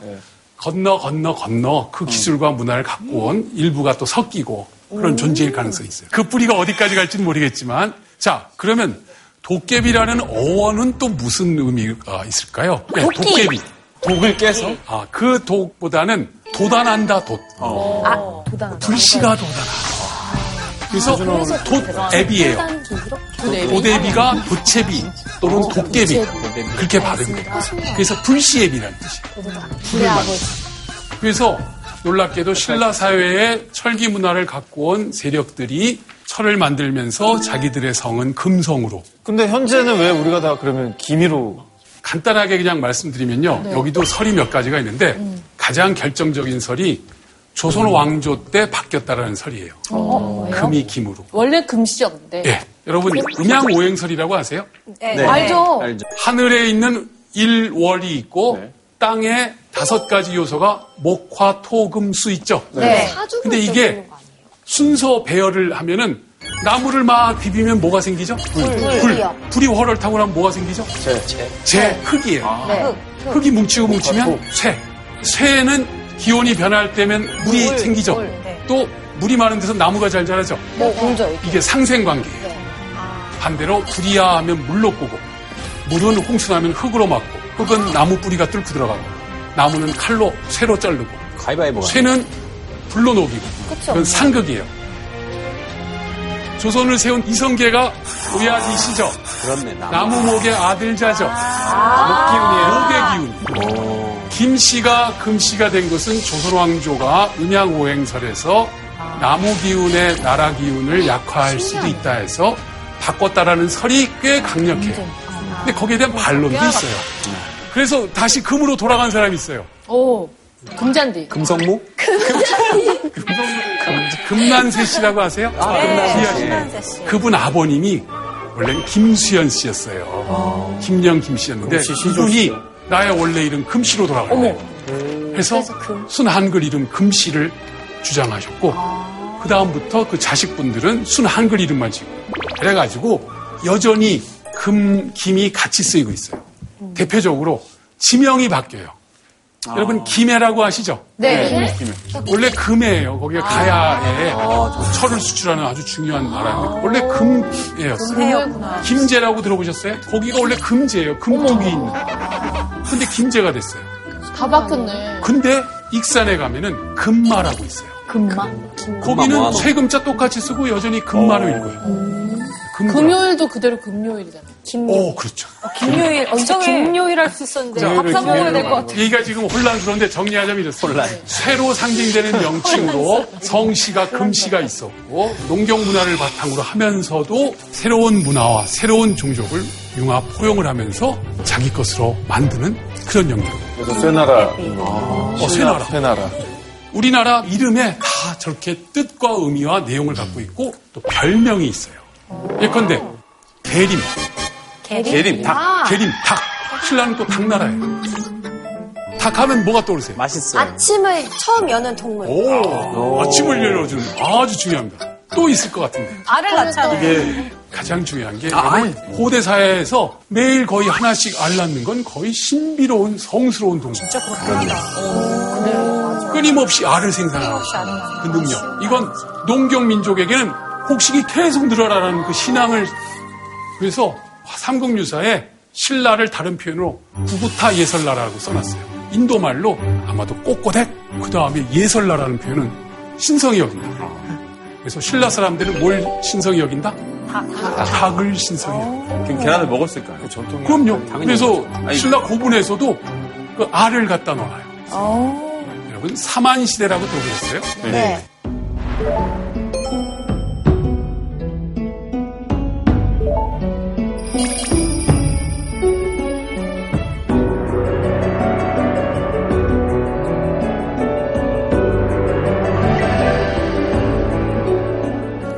Speaker 8: 건너 건너 건너 그 기술과 문화를 갖고 온 일부가 또 섞이고 그런 존재일 가능성이 있어요. 그 뿌리가 어디까지 갈지는 모르겠지만 자 그러면 도깨비라는 어원은 또 무슨 의미가 있을까요? 네, 도깨비.
Speaker 9: 독을 깨서
Speaker 8: 아, 그 독보다는 도단한다, 돛. 어. 불씨가 도단하다. 아. 그래서, 돛앱이에요. 도대비가 도채비 또는 도깨비. 그렇게 받은 거예요. 그래서 불씨앱이라는 뜻이에요. 불을 만든. 그래서 놀랍게도 신라 사회의 철기 문화를 갖고 온 세력들이 철을 만들면서 자기들의 성은 금성으로
Speaker 3: 근데 현재는 왜 우리가 다 그러면 기미로
Speaker 8: 간단하게 그냥 말씀드리면요. 여기도 설이 몇 가지가 있는데 가장 결정적인 설이 조선 왕조 때 바뀌었다라는 설이에요.
Speaker 2: 어,
Speaker 8: 금이 김으로.
Speaker 1: 원래 금시였는데.
Speaker 8: 예. 여러분 음양 오행설이라고 아세요?
Speaker 2: 네. 알죠 네.
Speaker 8: 하늘에 있는 일월이 있고 땅에 다섯 가지 요소가 목화 토금수 있죠.
Speaker 2: 네
Speaker 8: 근데 이게 순서 배열을 하면은 나무를 막 비비면 뭐가 생기죠? 불. 불. 불이 활을 타고 나면 뭐가 생기죠? 재. 재. 아. 네. 흙이에요. 흙이 뭉치고 뭉치면 쇠. 쇠는 기온이 변할 때면 물이 생기죠. 또 물이 많은 데서 나무가 잘 자라죠. 이게 네. 아. 상생관계예요. 반대로 불이 야하면 물로 끄고 물은 홍수나면 흙으로 막고 흙은 나무 뿌리가 뚫고 들어가고 나무는 칼로 쇠로 자르고
Speaker 4: 가위바위보.
Speaker 8: 네. 쇠는 불로 녹이고 그건 상극이에요. 조선을 세운 이성계가 오야지시죠.
Speaker 4: 그렇네, 나.
Speaker 8: 나무목의 아들자죠. 목기운이에요. 목의 기운. 김씨가 금씨가 된 것은 조선왕조가 음양오행설에서 나무 기운의 나라 기운을 약화할 수도 있다 해서 바꿨다라는 설이 꽤 강력해요. 근데 거기에 대한 반론도 있어요. 그래서 다시 금으로 돌아간 사람이 있어요.
Speaker 1: 오, 금잔디.
Speaker 4: 금성무?
Speaker 8: 금난세 씨라고 아세요? 네. 금난세 씨. 그분 아버님이 원래는 김수현 씨였어요. 김영 김 씨였는데 이분이 나의 원래 이름 금씨로 돌아가요. 그래서 순한글 이름 금씨를 주장하셨고 그 다음부터 그 자식분들은 순한글 이름만 지고 그래가지고 여전히 금, 김이 같이 쓰이고 있어요. 대표적으로 지명이 바뀌어요. 여러분 김해라고 아시죠?
Speaker 2: 네
Speaker 8: 원래 금해예요. 거기가 가야에 철을 수출하는 아주 중요한 나라인데 원래 금해였어요.
Speaker 2: 해였구나
Speaker 8: 김제라고 들어보셨어요? 거기가 원래 금제예요. 금쪽이 있는. 근데 김제가 됐어요.
Speaker 1: 다 바뀌었네.
Speaker 8: 근데 익산에 가면은 금마라고 있어요.
Speaker 1: 금마. 뭐
Speaker 8: 거기는
Speaker 4: 모아놓은.
Speaker 8: 새금자 똑같이 쓰고 여전히 금마로 읽어요. 금마.
Speaker 1: 금요일도 그대로 금요일이잖아.
Speaker 8: 오, 그렇죠.
Speaker 2: 금요일 엄청 어, 김요일 할 수 있었는데 합사 먹어야 될 것 같아
Speaker 8: 얘기가 지금 혼란스러운데 정리하자면 이렇습니다. 새로 상징되는 명칭으로 성씨가 금씨가 있었고 농경 문화를 바탕으로 하면서도 새로운 문화와 새로운 종족을 융합 포용을 하면서 자기 것으로 만드는 그런 영역.
Speaker 3: 그래서 쇠나라
Speaker 8: 어, 쇠나라.
Speaker 3: 쇠나라
Speaker 8: 우리나라 이름에 다 저렇게 뜻과 의미와 내용을 갖고 있고 또 별명이 있어요. 예컨대 대림,
Speaker 9: 계림 닭
Speaker 6: 아.
Speaker 8: 대림 닭. 신라는 또 닭나라예요. 닭하면 뭐가 떠오르세요?
Speaker 4: 맛있어요.
Speaker 8: 어,
Speaker 6: 아침을 처음 여는 동물.
Speaker 8: 오, 아침을 열어주는 아주 중요합니다. 또 있을 것 같은데.
Speaker 2: 알을 낳잖아요.
Speaker 8: 이게 가장 중요한 게 고대 사회에서 매일 거의 하나씩 알 낳는 건 거의 신비로운 성스러운 동물. 진짜 그렇다. 끊임없이 알을 생산하는 그 능력. 이건 농경 민족에게는 곡식이 계속 늘어나라는 그 신앙을 그래서 삼국유사에 신라를 다른 표현으로 구구타 예설라라고 써놨어요. 인도 말로 아마도 꼬꼬댁 그 다음에 예설라라는 표현은 신성이 여긴다. 그래서 신라 사람들은 뭘 신성이 여긴다? 닭. 을 신성이 여긴다.
Speaker 9: 그럼 계란을 먹었을까요?
Speaker 3: 전통
Speaker 8: 그럼요. 그래서
Speaker 9: 아니,
Speaker 8: 신라 고분에서도 그 알을 갖다 놓아요. 여러분 사만 시대라고 들어보셨어요?
Speaker 6: 네.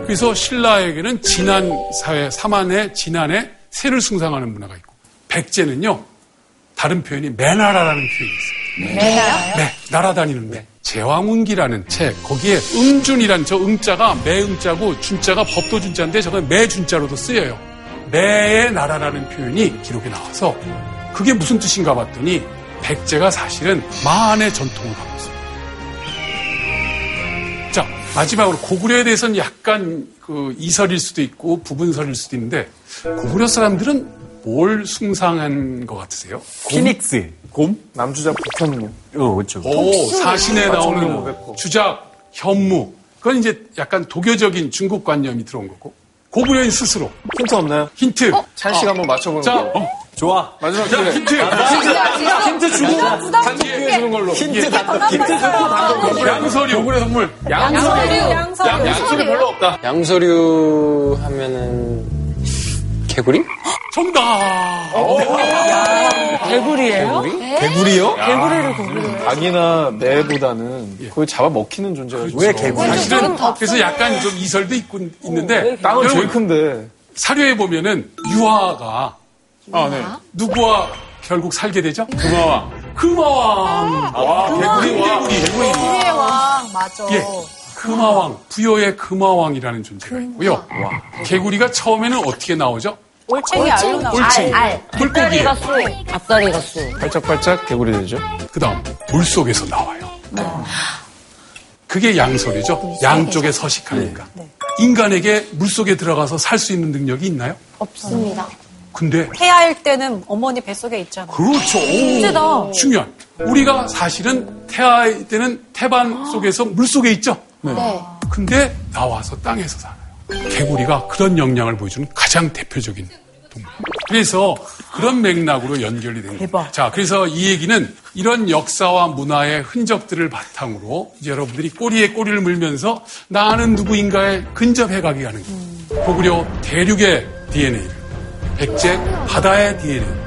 Speaker 8: 그래서 신라에게는 진한 사회, 사만의 진한에 새를 숭상하는 문화가 있고 백제는요 다른 표현이 매나라라는 표현이 있어요. 매나라요? 네, 날아다니는 매. 제왕운기라는 책 거기에 음준이란 저 음자가 매음자고 준자가 법도준자인데 저건 매준자로도 쓰여요. 매의 나라라는 표현이 기록에 나와서 그게 무슨 뜻인가 봤더니 백제가 사실은 마한의 전통을 갖고 있어요. 자, 마지막으로 고구려에 대해서는 약간 그 이설일 수도 있고 부분설일 수도 있는데 고구려 사람들은 뭘 숭상한 것 같으세요?
Speaker 4: 피닉스.
Speaker 3: 남주작 북현무.
Speaker 4: 어, 그렇죠.
Speaker 8: 오, 사신에
Speaker 3: 아,
Speaker 8: 나오는
Speaker 3: 오백호.
Speaker 8: 주작, 현무. 그건 이제 약간 도교적인 중국 관념이 들어온 거고. 고구려인 스스로.
Speaker 3: 힌트 없나요?
Speaker 8: 힌트.
Speaker 3: 찬 씨가 한번 맞춰보는
Speaker 8: 자,
Speaker 3: 거. 네.
Speaker 8: 어,
Speaker 4: 좋아.
Speaker 3: 마지막
Speaker 8: 자,
Speaker 3: 기회.
Speaker 8: 힌트.
Speaker 4: 힌트 주고
Speaker 3: 기회 주는 걸로. 예.
Speaker 4: 힌트 단독 힌트 주고
Speaker 8: 양서류. 고구려 선물.
Speaker 3: 양, 양쪽에 별로 없다.
Speaker 5: 양서류 하면은 개구리?
Speaker 8: 정답.
Speaker 3: 어,
Speaker 7: 개구리예요?
Speaker 4: 개구리요?
Speaker 7: 개구리를 고구려.
Speaker 3: 닭이나 매보다는 거의 잡아먹히는 존재가
Speaker 4: 왜 개구리?
Speaker 8: 사실은
Speaker 3: 어,
Speaker 8: 그래서 약간 좀 이설도 있고 있는데
Speaker 3: 땅은
Speaker 8: 여러분,
Speaker 3: 어, 제일 큰데.
Speaker 8: 사료에 보면은 유화가 누구와 결국 살게 되죠? 아, 네. 금화왕. 금화왕. 와, 개구리 왕. 개구리
Speaker 2: 우리의 왕, 맞아.
Speaker 8: 예. 금화왕. 부여의 금화왕이라는 존재가 있고요. 개구리가 처음에는 어떻게 나오죠?
Speaker 2: 올챙이 알로 나와.
Speaker 8: 옳지.
Speaker 6: 알.
Speaker 8: 물고기.
Speaker 7: 앞다리가 수, 앞다리가 수.
Speaker 3: 팔짝팔짝 개구리 되죠.
Speaker 8: 그다음 물 속에서 나와요. 그게 양설이죠. 양쪽에 서식하니까. 인간에게 물 속에 들어가서 살 수 있는 능력이 있나요?
Speaker 6: 없습니다.
Speaker 8: 근데
Speaker 2: 태아일 때는 어머니 뱃속에 있잖아.
Speaker 8: 그렇죠.
Speaker 2: 문제다.
Speaker 8: 중요한. 우리가 사실은 태아 때는 태반 속에서 물 속에 있죠.
Speaker 6: 네.
Speaker 8: 근데 나와서 땅에서 살아요. 개구리가 그런 역량을 보여주는 가장 대표적인 동물. 그래서 그런 맥락으로 연결이 됩니다. 자, 그래서 이 얘기는 이런 역사와 문화의 흔적들을 바탕으로 이제 여러분들이 꼬리에 꼬리를 물면서 나는 누구인가에 근접해가게 하는 거예요. 고구려 대륙의 DNA를, 백제 바다의 DNA를,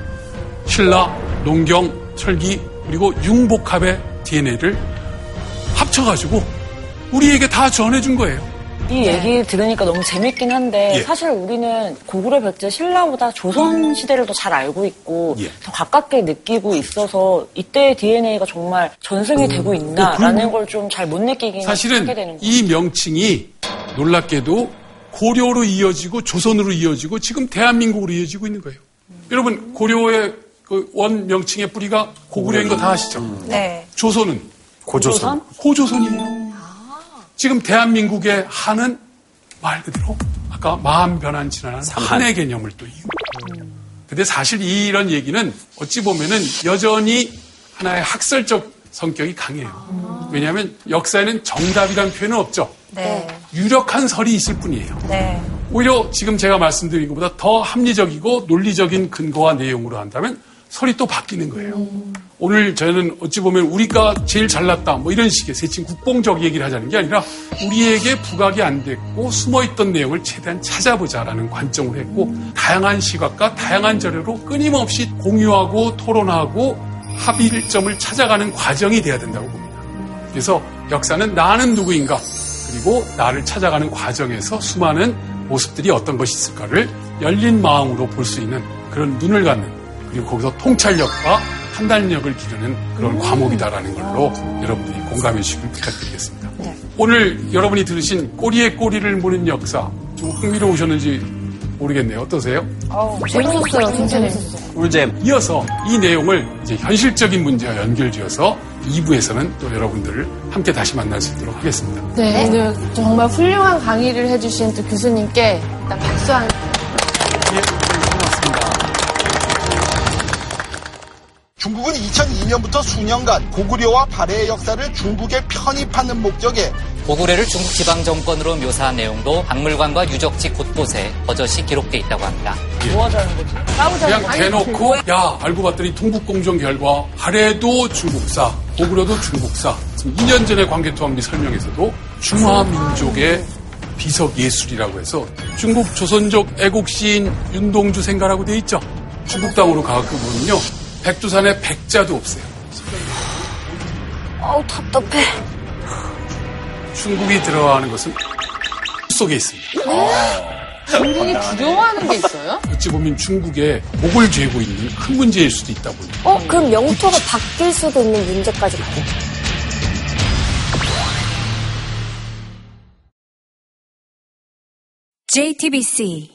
Speaker 8: 신라, 농경, 철기, 그리고 융복합의 DNA를 합쳐가지고 우리에게 다 전해준 거예요.
Speaker 7: 이 얘기 들으니까 너무 재밌긴 한데
Speaker 8: 예.
Speaker 7: 사실 우리는 고구려 백제 신라보다 조선 시대를 더 잘 알고 있고
Speaker 8: 예.
Speaker 7: 더 가깝게 느끼고 있어서 이때의 DNA가 정말 전승이 되고 있나라는 걸 좀 잘 못 느끼긴 하게 되는
Speaker 8: 어, 사실은
Speaker 7: 거예요.
Speaker 8: 이 명칭이 놀랍게도 고려로 이어지고 조선으로 이어지고 지금 대한민국으로 이어지고 있는 거예요. 여러분 고려의 그 원 명칭의 뿌리가 고구려인 거 다 아시죠?
Speaker 2: 네.
Speaker 8: 조선은
Speaker 4: 고조선.
Speaker 8: 고조선이에요. 지금 대한민국의 한은 말 그대로 아까 마음 변한 지난 한의 개념을 또 이유. 근데 사실 이런 얘기는 어찌 보면은 여전히 하나의 학설적 성격이 강해요. 왜냐하면 역사에는 정답이란 표현은 없죠.
Speaker 2: 네.
Speaker 8: 유력한 설이 있을 뿐이에요.
Speaker 2: 네.
Speaker 8: 오히려 지금 제가 말씀드린 것보다 더 합리적이고 논리적인 근거와 내용으로 한다면 설이 또 바뀌는 거예요. 오늘 저는 어찌 보면 우리가 제일 잘났다 뭐 이런 식의 세친 국뽕적 얘기를 하자는 게 아니라 우리에게 부각이 안 됐고 숨어있던 내용을 최대한 찾아보자라는 관점을 했고 다양한 시각과 다양한 자료로 끊임없이 공유하고 토론하고 합의점을 찾아가는 과정이 돼야 된다고 봅니다. 그래서 역사는 나는 누구인가 그리고 나를 찾아가는 과정에서 수많은 모습들이 어떤 것이 있을까를 열린 마음으로 볼 수 있는 그런 눈을 갖는 그리고 거기서 통찰력과 판단력을 기르는 그런 과목이다라는 걸로 여러분들이 공감해 주시면 부탁드리겠습니다. 오늘 여러분이 들으신 꼬리에 꼬리를 무는 역사 좀 흥미로우셨는지 모르겠네요. 어떠세요?
Speaker 10: 재밌었어요, 진짜 재밌었어요.
Speaker 4: 꿀잼.
Speaker 8: 이어서 이 내용을 이제 현실적인 문제와 연결지어서 2부에서는 또 여러분들을 함께 다시 만날 수 있도록 하겠습니다.
Speaker 1: 네, 오늘 정말 훌륭한 강의를 해주신 또 교수님께 일단 박수 한
Speaker 7: 중국은 2002년부터 수년간 고구려와 발해의 역사를 중국에 편입하는 목적에
Speaker 5: 고구려를 중국 지방 정권으로 묘사한 내용도 박물관과 유적지 곳곳에 버젓이 기록돼 있다고 합니다.
Speaker 11: 뭐 하자는 거지?
Speaker 8: 그냥 대놓고 야 알고 봤더니 동북공정 결과 아래도 중국사 고구려도 중국사 지금 2년 전에 관계투합리 설명에서도 중화민족의 비석예술이라고 해서 중국 조선족 애국시인 윤동주 생가라고 돼 있죠 중국 땅으로 가고 보면요 백두산에 백자도 없어요
Speaker 6: 어우, 답답해.
Speaker 8: 중국이 들어가는 것은 속에 있습니다
Speaker 1: 중국이 두려워하는 게 있어요?
Speaker 8: 어찌 보면 중국의 목을 죄고 있는 큰 문제일 수도 있다고
Speaker 6: 어, 그럼 영토가 바뀔 수도 있는 문제까지 가요.
Speaker 12: JTBC